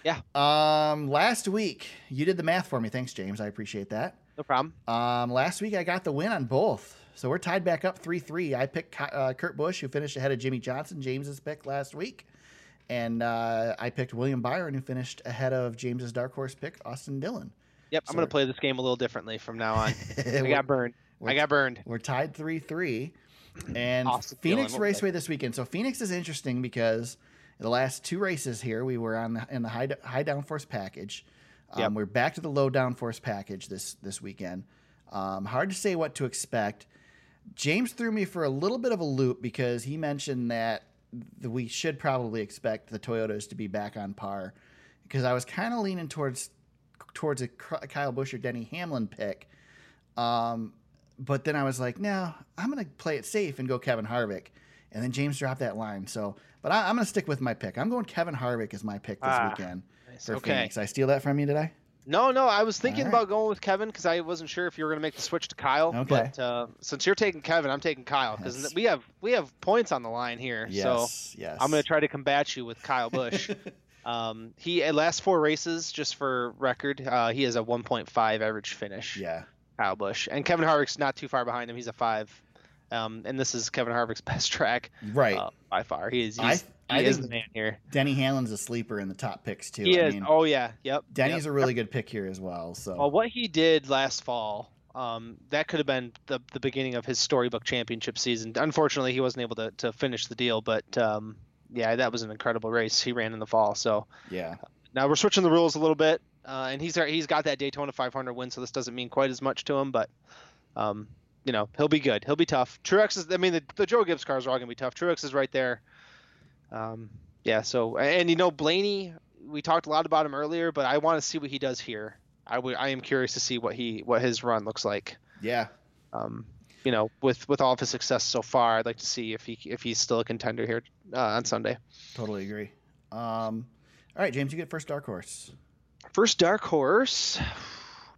[SPEAKER 6] Yeah.
[SPEAKER 1] Um, last week, you did the math for me. Thanks, James. I appreciate that.
[SPEAKER 6] No problem.
[SPEAKER 1] Um, last week I got the win on both, so we're tied back up three three. I picked Ki- uh, Kurt Busch, who finished ahead of Jimmy Johnson, James's pick last week, and uh, I picked William Byron, who finished ahead of James's dark horse pick, Austin Dillon.
[SPEAKER 6] Yep, I'm gonna
[SPEAKER 1] Sorry.
[SPEAKER 6] play this game a little differently from now on. I got burned. I
[SPEAKER 1] We're-
[SPEAKER 6] got burned.
[SPEAKER 1] We're tied three three, and
[SPEAKER 6] Austin
[SPEAKER 1] Phoenix
[SPEAKER 6] Dillon, okay.
[SPEAKER 1] Raceway this weekend. So Phoenix is interesting because the last two races here we were on the, in the high high downforce package. Um,
[SPEAKER 6] Yep.
[SPEAKER 1] We're back to the low downforce package this this weekend. Um, hard to say what to expect. James threw me for a little bit of a loop because he mentioned that th- we should probably expect the Toyotas to be back on par because I was kind of leaning towards towards a Ky- Kyle Busch or Denny Hamlin pick. Um, but then I was like, no, I'm going to play it safe and go Kevin Harvick. And then James dropped that line. So, but I, I'm going to stick with my pick. I'm going Kevin Harvick as my pick this
[SPEAKER 6] Ah,
[SPEAKER 1] weekend
[SPEAKER 6] Nice.
[SPEAKER 1] for
[SPEAKER 6] Okay.
[SPEAKER 1] Phoenix. I steal that from you, did I?
[SPEAKER 6] No, no, I was thinking
[SPEAKER 1] All right.
[SPEAKER 6] about going with Kevin because I wasn't sure if you were gonna make the switch to Kyle.
[SPEAKER 1] Okay.
[SPEAKER 6] But uh, since you're taking Kevin, I'm taking Kyle because
[SPEAKER 1] That's-
[SPEAKER 6] we have we have points on the line here. So
[SPEAKER 1] yes.
[SPEAKER 6] I'm going to try to combat you with Kyle Busch. um, he at last four races, just for record, uh, he has a 1.5 average finish.
[SPEAKER 1] Yeah.
[SPEAKER 6] Kyle Busch and Kevin Harvick's not too far behind him. He's a five, um, and this is Kevin Harvick's best track
[SPEAKER 1] Right.
[SPEAKER 6] uh, by far. He is
[SPEAKER 1] I-
[SPEAKER 6] he's,
[SPEAKER 1] I
[SPEAKER 6] he is
[SPEAKER 1] think-
[SPEAKER 6] the man here.
[SPEAKER 1] Denny Hamlin's a sleeper in the top picks, too.
[SPEAKER 6] He
[SPEAKER 1] I
[SPEAKER 6] is.
[SPEAKER 1] mean,
[SPEAKER 6] oh yeah. Yep.
[SPEAKER 1] Denny's
[SPEAKER 6] yep.
[SPEAKER 1] a really good pick here as well. So,
[SPEAKER 6] Well, what he did last fall, um, that could have been the, the beginning of his storybook championship season. Unfortunately, he wasn't able to, to finish the deal, but um, yeah, that was an incredible race he ran in the fall. So
[SPEAKER 1] yeah.
[SPEAKER 6] Now we're switching the rules a little bit, uh, and he's he's got that Daytona 500 win, so this doesn't mean quite as much to him. But um, you know, he'll be good. He'll be tough. Truex is. I mean, the, the Joe Gibbs cars are all gonna be tough. Truex is right there. Um, yeah. So and you know Blaney, we talked a lot about him earlier, but I want to see what he does here. I would. I am curious to see what he what his run looks like.
[SPEAKER 1] Yeah.
[SPEAKER 6] Um, you know, with with all of his success so far, I'd like to see if he if he's still a contender here uh, on Sunday.
[SPEAKER 1] Totally agree. Um, all right, James, you get first dark horse.
[SPEAKER 6] First dark horse.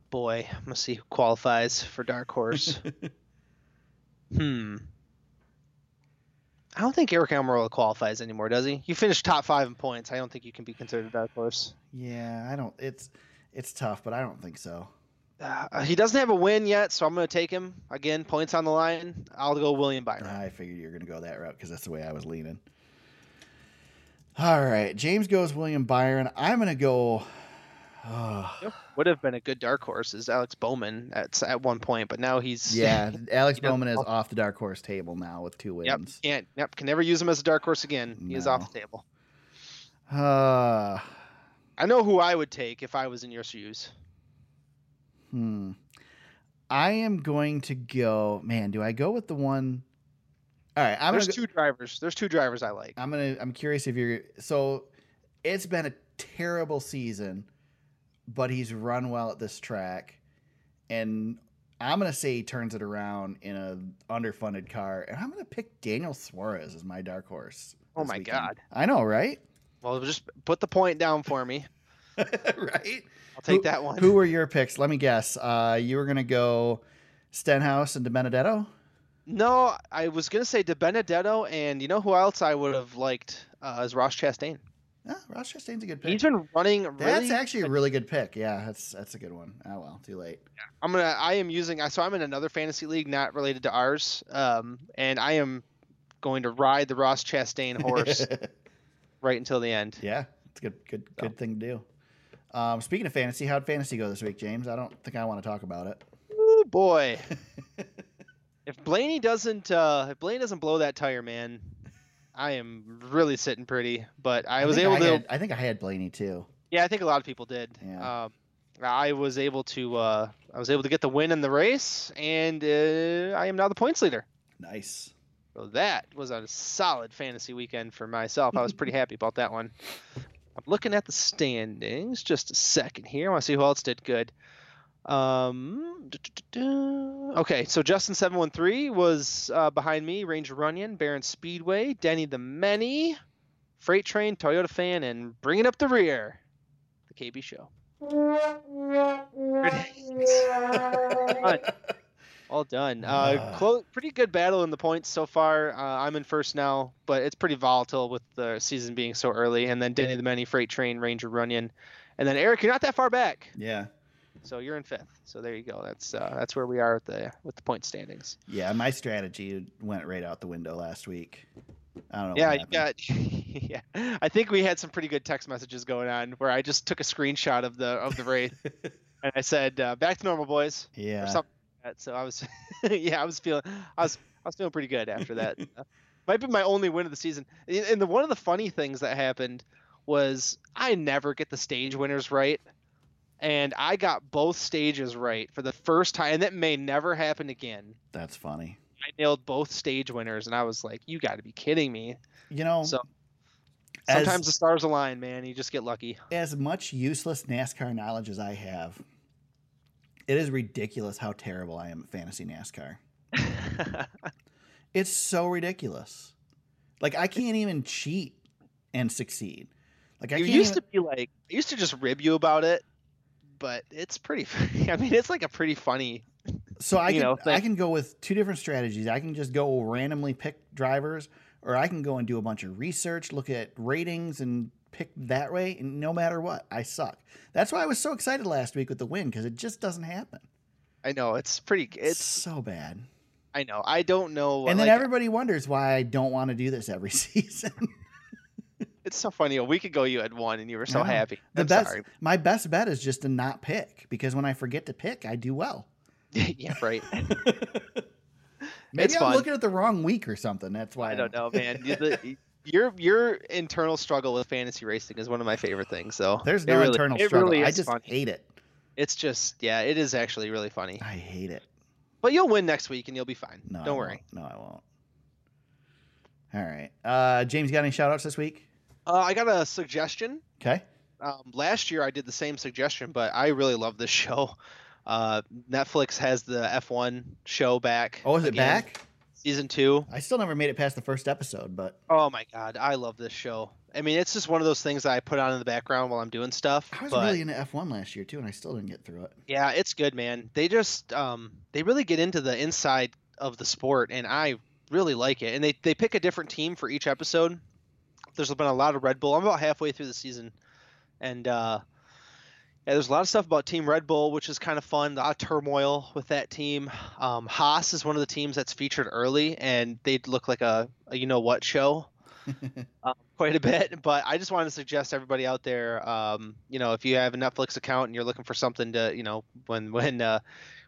[SPEAKER 6] Boy, I'm gonna see who qualifies for dark horse. hmm. I don't think Eric Almirola qualifies anymore, does he? You finished top five in points. I don't think you can be considered a dark horse.
[SPEAKER 1] Yeah, I don't. It's it's tough, but I don't think so.
[SPEAKER 6] Uh, he doesn't have a win yet, so I'm gonna take him again. Points on the line. I'll go William Byron.
[SPEAKER 1] I figured you're going to go that route because that's the way I was leaning. All right, James goes William Byron. I'm going to go. Ah,
[SPEAKER 6] Would have been a good dark horse is Alex Bowman at at one point, but now he's
[SPEAKER 1] yeah, Alex
[SPEAKER 6] know-
[SPEAKER 1] Bowman is off the dark horse table now with two
[SPEAKER 6] Yep,
[SPEAKER 1] wins.
[SPEAKER 6] can't, yep, can never use him as a dark horse again. He is
[SPEAKER 1] No.
[SPEAKER 6] off the table.
[SPEAKER 1] Ah,
[SPEAKER 6] I know who I would take if I was in your shoes.
[SPEAKER 1] hmm. I am going to go. Man, do I go with the one? All right, I'm Uh. going
[SPEAKER 6] There's
[SPEAKER 1] to
[SPEAKER 6] two drivers. There's two drivers I like.
[SPEAKER 1] I'm gonna. I'm curious if you're. So, it's been a terrible season, but he's run well at this track, and I'm gonna say he turns it around in a underfunded car, and I'm gonna pick Daniel Suarez as my dark horse.
[SPEAKER 6] Oh
[SPEAKER 1] this
[SPEAKER 6] my
[SPEAKER 1] weekend.
[SPEAKER 6] God.
[SPEAKER 1] I know, right?
[SPEAKER 6] Well, just put the point down for me.
[SPEAKER 1] right?
[SPEAKER 6] I'll take
[SPEAKER 1] Who-
[SPEAKER 6] that one.
[SPEAKER 1] Who were your picks? Let me guess. Uh, you were gonna go Stenhouse and De Benedetto.
[SPEAKER 6] No, I was gonna say De Benedetto, and you know who else I would have liked uh, is Ross Chastain.
[SPEAKER 1] Yeah, Ah, Ross Chastain's a good pick.
[SPEAKER 6] He's been running really.
[SPEAKER 1] that's actually a really good pick. Yeah, that's that's a good one. Oh well, too late.
[SPEAKER 6] I'm gonna. I am using. So I'm in another fantasy league not related to ours, um, and I am going to ride the Ross Chastain horse right until the end.
[SPEAKER 1] yeah, it's a good good good thing to do. Um, speaking of fantasy, how'd fantasy go this week, James? I don't think I want to talk about it.
[SPEAKER 6] Oh boy! if Blaney doesn't, uh, if Blaney doesn't blow that tire, man, I am really sitting pretty. But I, was
[SPEAKER 1] think
[SPEAKER 6] able to.
[SPEAKER 1] had- I think I had Blaney too.
[SPEAKER 6] Yeah, I think a lot of people did.
[SPEAKER 1] Yeah.
[SPEAKER 6] Um, I was able to uh, I was able to get the win in the race, and uh, I am now the points leader.
[SPEAKER 1] Nice.
[SPEAKER 6] So that was a solid fantasy weekend for myself. I was pretty happy about that one. I'm looking at the standings just a second here. I want to see who else did good. Um, du-du-du-du. okay, so Justin seven one three was uh, behind me. Ranger Runyon, Baron Speedway, Denny the Many, Freight Train, Toyota Fan, and bringing up the rear, the KB Show. Done. All done. Uh,
[SPEAKER 1] Ah.
[SPEAKER 6] clo- pretty good battle in the points so far. Uh, I'm in first now, but it's pretty volatile with the season being so early. And then Denny the Many, Freight Train, Ranger Runyon, and then Eric. You're not that far back,
[SPEAKER 1] Yeah.
[SPEAKER 6] so you're in fifth. So there you go. That's uh, that's where we are with the with the point standings.
[SPEAKER 1] Yeah, my strategy went right out the window last week. I don't know.
[SPEAKER 6] yeah,
[SPEAKER 1] what
[SPEAKER 6] you
[SPEAKER 1] happened.
[SPEAKER 6] got. yeah, I think we had some pretty good text messages going on where I just took a screenshot of the of the race and I said, uh, "Back to normal, boys."
[SPEAKER 1] yeah.
[SPEAKER 6] or something like that. So I was, yeah, I was feeling, I was, I was feeling pretty good after that. Uh, Might be my only win of the season. And- And the one of the funny things that happened was I never get the stage winners right, and I got both stages right for the first time, and that may never happen again.
[SPEAKER 1] That's funny.
[SPEAKER 6] I nailed both stage winners, and I was like, "You got to be kidding me!"
[SPEAKER 1] You know,
[SPEAKER 6] So
[SPEAKER 1] as-
[SPEAKER 6] sometimes the stars align, man. You just get lucky.
[SPEAKER 1] as much useless NASCAR knowledge as I have, it is ridiculous how terrible I am at fantasy NASCAR. It's so ridiculous. Like I can't even cheat and succeed. Like I
[SPEAKER 6] you
[SPEAKER 1] can't
[SPEAKER 6] used
[SPEAKER 1] even-
[SPEAKER 6] to be like I used to just rib you about it, but it's pretty. I mean, it's like a pretty funny.
[SPEAKER 1] so I
[SPEAKER 6] you
[SPEAKER 1] can
[SPEAKER 6] know,
[SPEAKER 1] I
[SPEAKER 6] like-
[SPEAKER 1] can go with two different strategies. I can just go randomly pick drivers, or I can go and do a bunch of research, look at ratings, and pick that way. And no matter what, I suck. That's why I was so excited last week with the win because it just doesn't happen.
[SPEAKER 6] I know it's pretty.
[SPEAKER 1] It's
[SPEAKER 6] It's.
[SPEAKER 1] so bad.
[SPEAKER 6] I know. I don't know.
[SPEAKER 1] and then
[SPEAKER 6] like, uh,
[SPEAKER 1] everybody wonders why I don't want to do this every season.
[SPEAKER 6] it's so funny. A week ago you had one and you were so
[SPEAKER 1] I know.
[SPEAKER 6] happy.
[SPEAKER 1] the
[SPEAKER 6] I'm
[SPEAKER 1] best,
[SPEAKER 6] sorry.
[SPEAKER 1] my best bet is just to not pick because when I forget to pick, I do well.
[SPEAKER 6] yeah, right.
[SPEAKER 1] Maybe
[SPEAKER 6] It's
[SPEAKER 1] I'm
[SPEAKER 6] fun.
[SPEAKER 1] looking at the wrong week or something. That's why
[SPEAKER 6] I don't know, man. You- the- Your your internal struggle with fantasy racing is one of my favorite things. So
[SPEAKER 1] There's
[SPEAKER 6] It
[SPEAKER 1] no
[SPEAKER 6] really-
[SPEAKER 1] internal
[SPEAKER 6] it
[SPEAKER 1] struggle.
[SPEAKER 6] really
[SPEAKER 1] I
[SPEAKER 6] is
[SPEAKER 1] just
[SPEAKER 6] funny.
[SPEAKER 1] hate it.
[SPEAKER 6] It's just yeah, it is actually really funny.
[SPEAKER 1] I hate it.
[SPEAKER 6] But you'll win next week and you'll be fine.
[SPEAKER 1] No,
[SPEAKER 6] don't
[SPEAKER 1] I
[SPEAKER 6] worry.
[SPEAKER 1] won't. No, I won't. All right. Uh, James, got any shout outs this week?
[SPEAKER 6] Uh, I got a suggestion.
[SPEAKER 1] Okay.
[SPEAKER 6] um, last year I did the same suggestion, but I really love this show. Uh, Netflix has the F1 show back.
[SPEAKER 1] Oh, is it
[SPEAKER 6] again,
[SPEAKER 1] back?
[SPEAKER 6] Season two.
[SPEAKER 1] I still never made it past the first episode, but
[SPEAKER 6] Oh my god, I love this show. I mean, it's just one of those things that I put on in the background while I'm doing stuff.
[SPEAKER 1] I was
[SPEAKER 6] but
[SPEAKER 1] really into F1 last year, too, and I still didn't get through it.
[SPEAKER 6] yeah, it's good, man. They just um, they really get into the inside of the sport, and I really like it. And they they pick a different team for each episode. There's been a lot of Red Bull. I'm about halfway through the season, and uh, yeah, there's a lot of stuff about Team Red Bull, which is kind of fun. A lot of turmoil with that team. Um, Haas is one of the teams that's featured early, and they look like a, a you know what show. um, quite a bit, but I just wanted to suggest everybody out there, um, you know, if you have a Netflix account and you're looking for something to, you know, when when uh,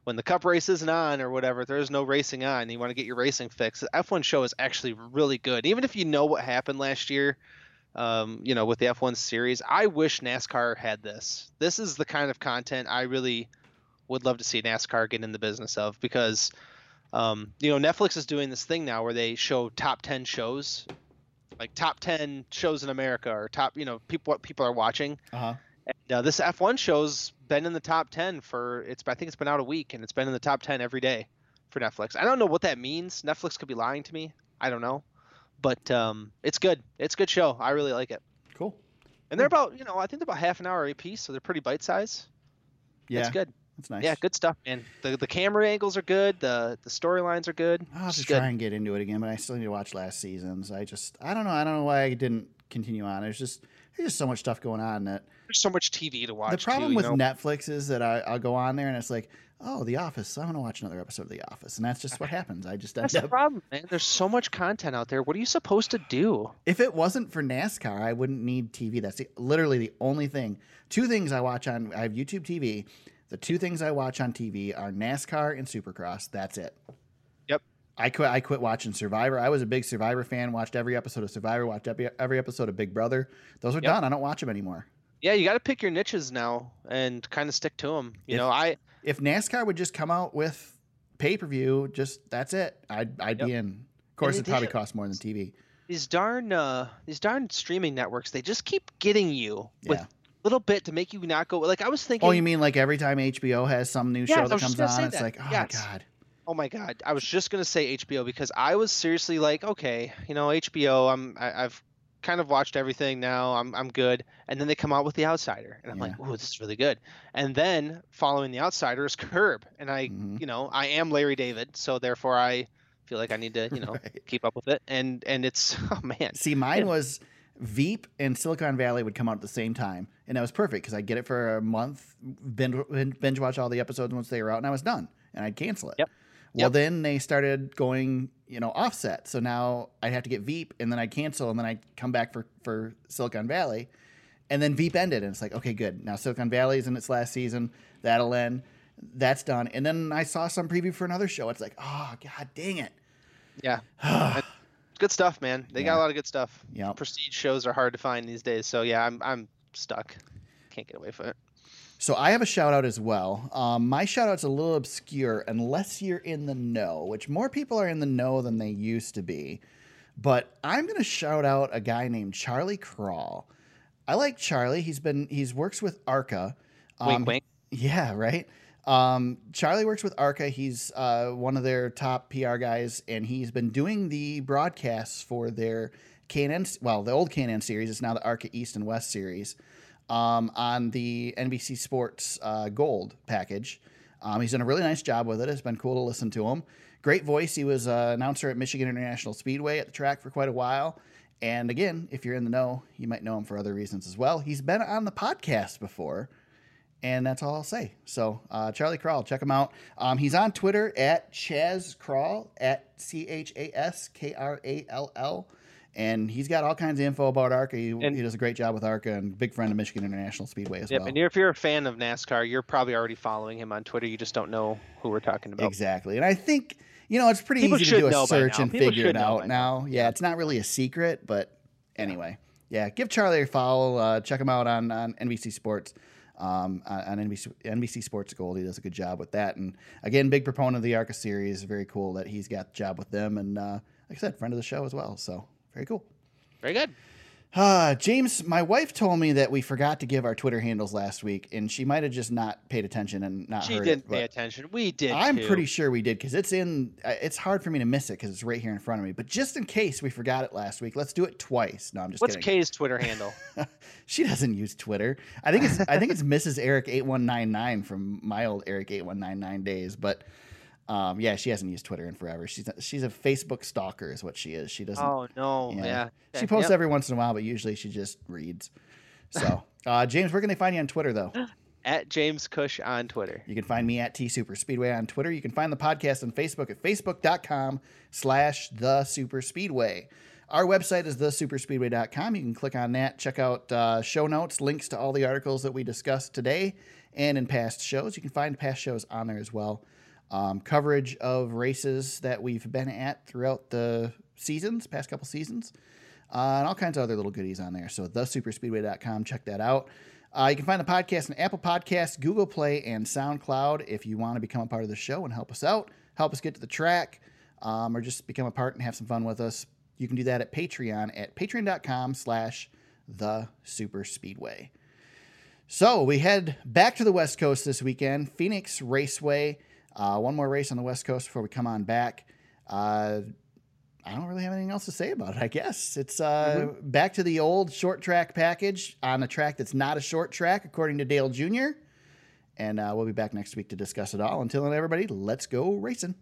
[SPEAKER 6] when the Cup race isn't on or whatever, there is no racing on, and you want to get your racing fix. The F1 show is actually really good, even if you know what happened last year. Um, you know, with the F1 series, I wish NASCAR had this. This is the kind of content I really would love to see NASCAR get in the business of because, um, you know, Netflix is doing this thing now where they show top ten shows like top 10 shows in America or top, you know, people what people are watching.
[SPEAKER 1] Uh-huh.
[SPEAKER 6] And, uh, this F1 show's been in the top 10 for it's I think it's been out a week and it's been in the top 10 every day for Netflix. I don't know what that means. Netflix could be lying to me. I don't know. But um, it's good. It's a good show. I really like it.
[SPEAKER 1] Cool. Hmm.
[SPEAKER 6] And they're about, you know, I think they're about half an hour a piece, so they're pretty bite size.
[SPEAKER 1] Yeah.
[SPEAKER 6] It's good.
[SPEAKER 1] That's nice.
[SPEAKER 6] Yeah, good stuff, man. The the camera angles are good. The the storylines are good.
[SPEAKER 1] Oh, I'll have
[SPEAKER 6] It's
[SPEAKER 1] to
[SPEAKER 6] good.
[SPEAKER 1] try and get into it again, but I still need to watch last season's. I just I don't know. I don't know why I didn't continue on. There's just there's just so much stuff going on that
[SPEAKER 6] There's so much TV to watch.
[SPEAKER 1] the problem
[SPEAKER 6] too,
[SPEAKER 1] with
[SPEAKER 6] you know?
[SPEAKER 1] Netflix is that I, I'll go on there and it's like, oh, The Office. I'm gonna watch another episode of The Office, and that's just what happens. I just
[SPEAKER 6] That's
[SPEAKER 1] end
[SPEAKER 6] the
[SPEAKER 1] up.
[SPEAKER 6] problem, man. There's so much content out there. What are you supposed to do?
[SPEAKER 1] If it wasn't for NASCAR, I wouldn't need TV. That's the, literally the only thing. Two things I watch on. I have YouTube TV. The two things I watch on TV are NASCAR and Supercross. That's it.
[SPEAKER 6] Yep.
[SPEAKER 1] I quit. I quit watching Survivor. I was a big Survivor fan. Watched every episode of Survivor. Watched every, every episode of Big Brother. Those are
[SPEAKER 6] Yep.
[SPEAKER 1] done. I don't watch them anymore.
[SPEAKER 6] Yeah, you got to pick your niches now and kind of stick to them. You
[SPEAKER 1] If-
[SPEAKER 6] know, I
[SPEAKER 1] If NASCAR would just come out with pay per view, just that's it. I'd I'd be in. Of course,
[SPEAKER 6] they
[SPEAKER 1] it probably
[SPEAKER 6] did.
[SPEAKER 1] costs more than TV.
[SPEAKER 6] these darn uh, these darn streaming networks, they just keep getting you with
[SPEAKER 1] Yeah.
[SPEAKER 6] little bit to make you not go. Like I was thinking,
[SPEAKER 1] Oh, you mean like every time HBO has some new
[SPEAKER 6] Yes, I
[SPEAKER 1] show that
[SPEAKER 6] was
[SPEAKER 1] comes
[SPEAKER 6] just gonna say
[SPEAKER 1] on, it's
[SPEAKER 6] that.
[SPEAKER 1] like, oh
[SPEAKER 6] Yes.
[SPEAKER 1] god.
[SPEAKER 6] Oh my God, I was just gonna say HBO because I was seriously like, okay, you know, HBO. I'm I, I've kind of watched everything now. I'm I'm good. And then they come out with The Outsider, and I'm like, ooh, this is really good. And then following The Outsider is Curb, and I,
[SPEAKER 1] Mhm.
[SPEAKER 6] you know, I am Larry David, so therefore I feel like I need to, you know,
[SPEAKER 1] Right.
[SPEAKER 6] keep up with it. And and it's oh man,
[SPEAKER 1] See, mine was Veep and Silicon Valley would come out at the same time, and that was perfect because I get it for a month, binge, binge watch all the episodes once they were out, and I was done, and I'd cancel it.
[SPEAKER 6] Yep.
[SPEAKER 1] Well,
[SPEAKER 6] Yep.
[SPEAKER 1] then they started going, you know, offset. So now I'd have to get Veep, and then I'd cancel, and then I'd come back for for Silicon Valley, and then Veep ended, and it's like, okay, good. Now Silicon Valley's in its last season. That'll end. That's done. And then I saw some preview for another show. It's like, oh god, dang it.
[SPEAKER 6] yeah, good stuff, man. They got
[SPEAKER 1] Yeah.
[SPEAKER 6] a lot of good stuff.
[SPEAKER 1] Yep.
[SPEAKER 6] prestige shows are hard to find these days, so yeah, I'm I'm stuck. Can't get away from it.
[SPEAKER 1] So I have a shout out as well. Um, my shout out's a little obscure unless you're in the know, which more people are in the know than they used to be. But I'm going to shout out a guy named Charlie Crawl. I like Charlie. He's been he's works with Arca. Um,
[SPEAKER 6] Wink, wink.
[SPEAKER 1] Yeah, right. Um, Charlie works with Arca. He's uh, one of their top PR guys, and he's been doing the broadcasts for their Canon, well, the old Canon series. It's now the Arca East and West series um, on the NBC Sports uh, Gold package. Um, he's done a really nice job with it. It's been cool to listen to him. Great voice. He was an announcer at Michigan International Speedway at the track for quite a while. And again, if you're in the know, you might know him for other reasons as well. He's been on the podcast before and that's all I'll say. So, uh, Charlie Crawl, check him out. Um, he's on Twitter at Chaz Crawl at C H A S K R A L L, and he's got all kinds of info about ARCA. He,
[SPEAKER 6] And-
[SPEAKER 1] he does a great job with ARCA and big friend of Michigan International Speedway as
[SPEAKER 6] Yep,
[SPEAKER 1] well.
[SPEAKER 6] and if you're a fan of NASCAR, you're probably already following him on Twitter. You just don't know who we're talking about.
[SPEAKER 1] Exactly, and I think you know it's pretty
[SPEAKER 6] People
[SPEAKER 1] easy
[SPEAKER 6] should
[SPEAKER 1] to do
[SPEAKER 6] know
[SPEAKER 1] a
[SPEAKER 6] by
[SPEAKER 1] search
[SPEAKER 6] now.
[SPEAKER 1] and
[SPEAKER 6] People
[SPEAKER 1] figure
[SPEAKER 6] should
[SPEAKER 1] it
[SPEAKER 6] know by
[SPEAKER 1] out now. Yeah, it's not really a secret, but anyway, yeah, give Charlie a follow. Uh, check him out on on NBC Sports. Um, on on NBC, NBC Sports Gold, he does a good job with that. And again, big proponent of the ARCA series. Very cool that he's got the job with them. And uh, like I said, friend of the show as well. So very cool.
[SPEAKER 6] Very good.
[SPEAKER 1] Uh, James, my wife told me that we forgot to give our Twitter handles last week, and she might have just not paid attention and not
[SPEAKER 6] She
[SPEAKER 1] heard
[SPEAKER 6] didn't
[SPEAKER 1] it.
[SPEAKER 6] pay
[SPEAKER 1] but-
[SPEAKER 6] attention. We did.
[SPEAKER 1] I'm
[SPEAKER 6] too.
[SPEAKER 1] pretty sure we did because it's in. uh, It's hard for me to miss it because it's right here in front of me. But just in case we forgot it last week, let's do it twice. No, I'm just
[SPEAKER 6] What's
[SPEAKER 1] kidding.
[SPEAKER 6] Kay's Twitter handle?
[SPEAKER 1] She doesn't use Twitter. I think it's I think it's Mrs. Eric eight one nine nine from my old Eric eight one nine nine days. But um, yeah, she hasn't used Twitter in forever. She's she's a Facebook stalker is what she is. She doesn't.
[SPEAKER 6] oh no, yeah.
[SPEAKER 1] She posts every once in a while, but usually she just reads. So uh, James, where can they find you on Twitter though?
[SPEAKER 6] at James Cush on Twitter.
[SPEAKER 1] You can find me at T Super Speedway on Twitter. You can find the podcast on Facebook at facebook.com slash the Super Speedway. Our website is thesuperspeedway.com. You can click on that, check out uh, show notes, links to all the articles that we discussed today and in past shows. You can find past shows on there as well. Um, coverage of races that we've been at throughout the seasons, past couple seasons uh, and all kinds of other little goodies on there. So thesuperspeedway.com, check that out. Uh, you can find the podcast on Apple Podcasts, Google Play, and SoundCloud if you want to become a part of the show and help us out, help us get to the track, um, or just become a part and have some fun with us. you can do that at Patreon at patreon.com slash the super speedway. So we head back to the West Coast this weekend. Phoenix Raceway. Uh, one more race on the West Coast before we come on back. Uh, I don't really have anything else to say about it. I guess it's uh, back to the old short track package on a track that's not a short track, according to Dale Jr. And uh, we'll be back next week to discuss it all. Until then, everybody, let's go racing.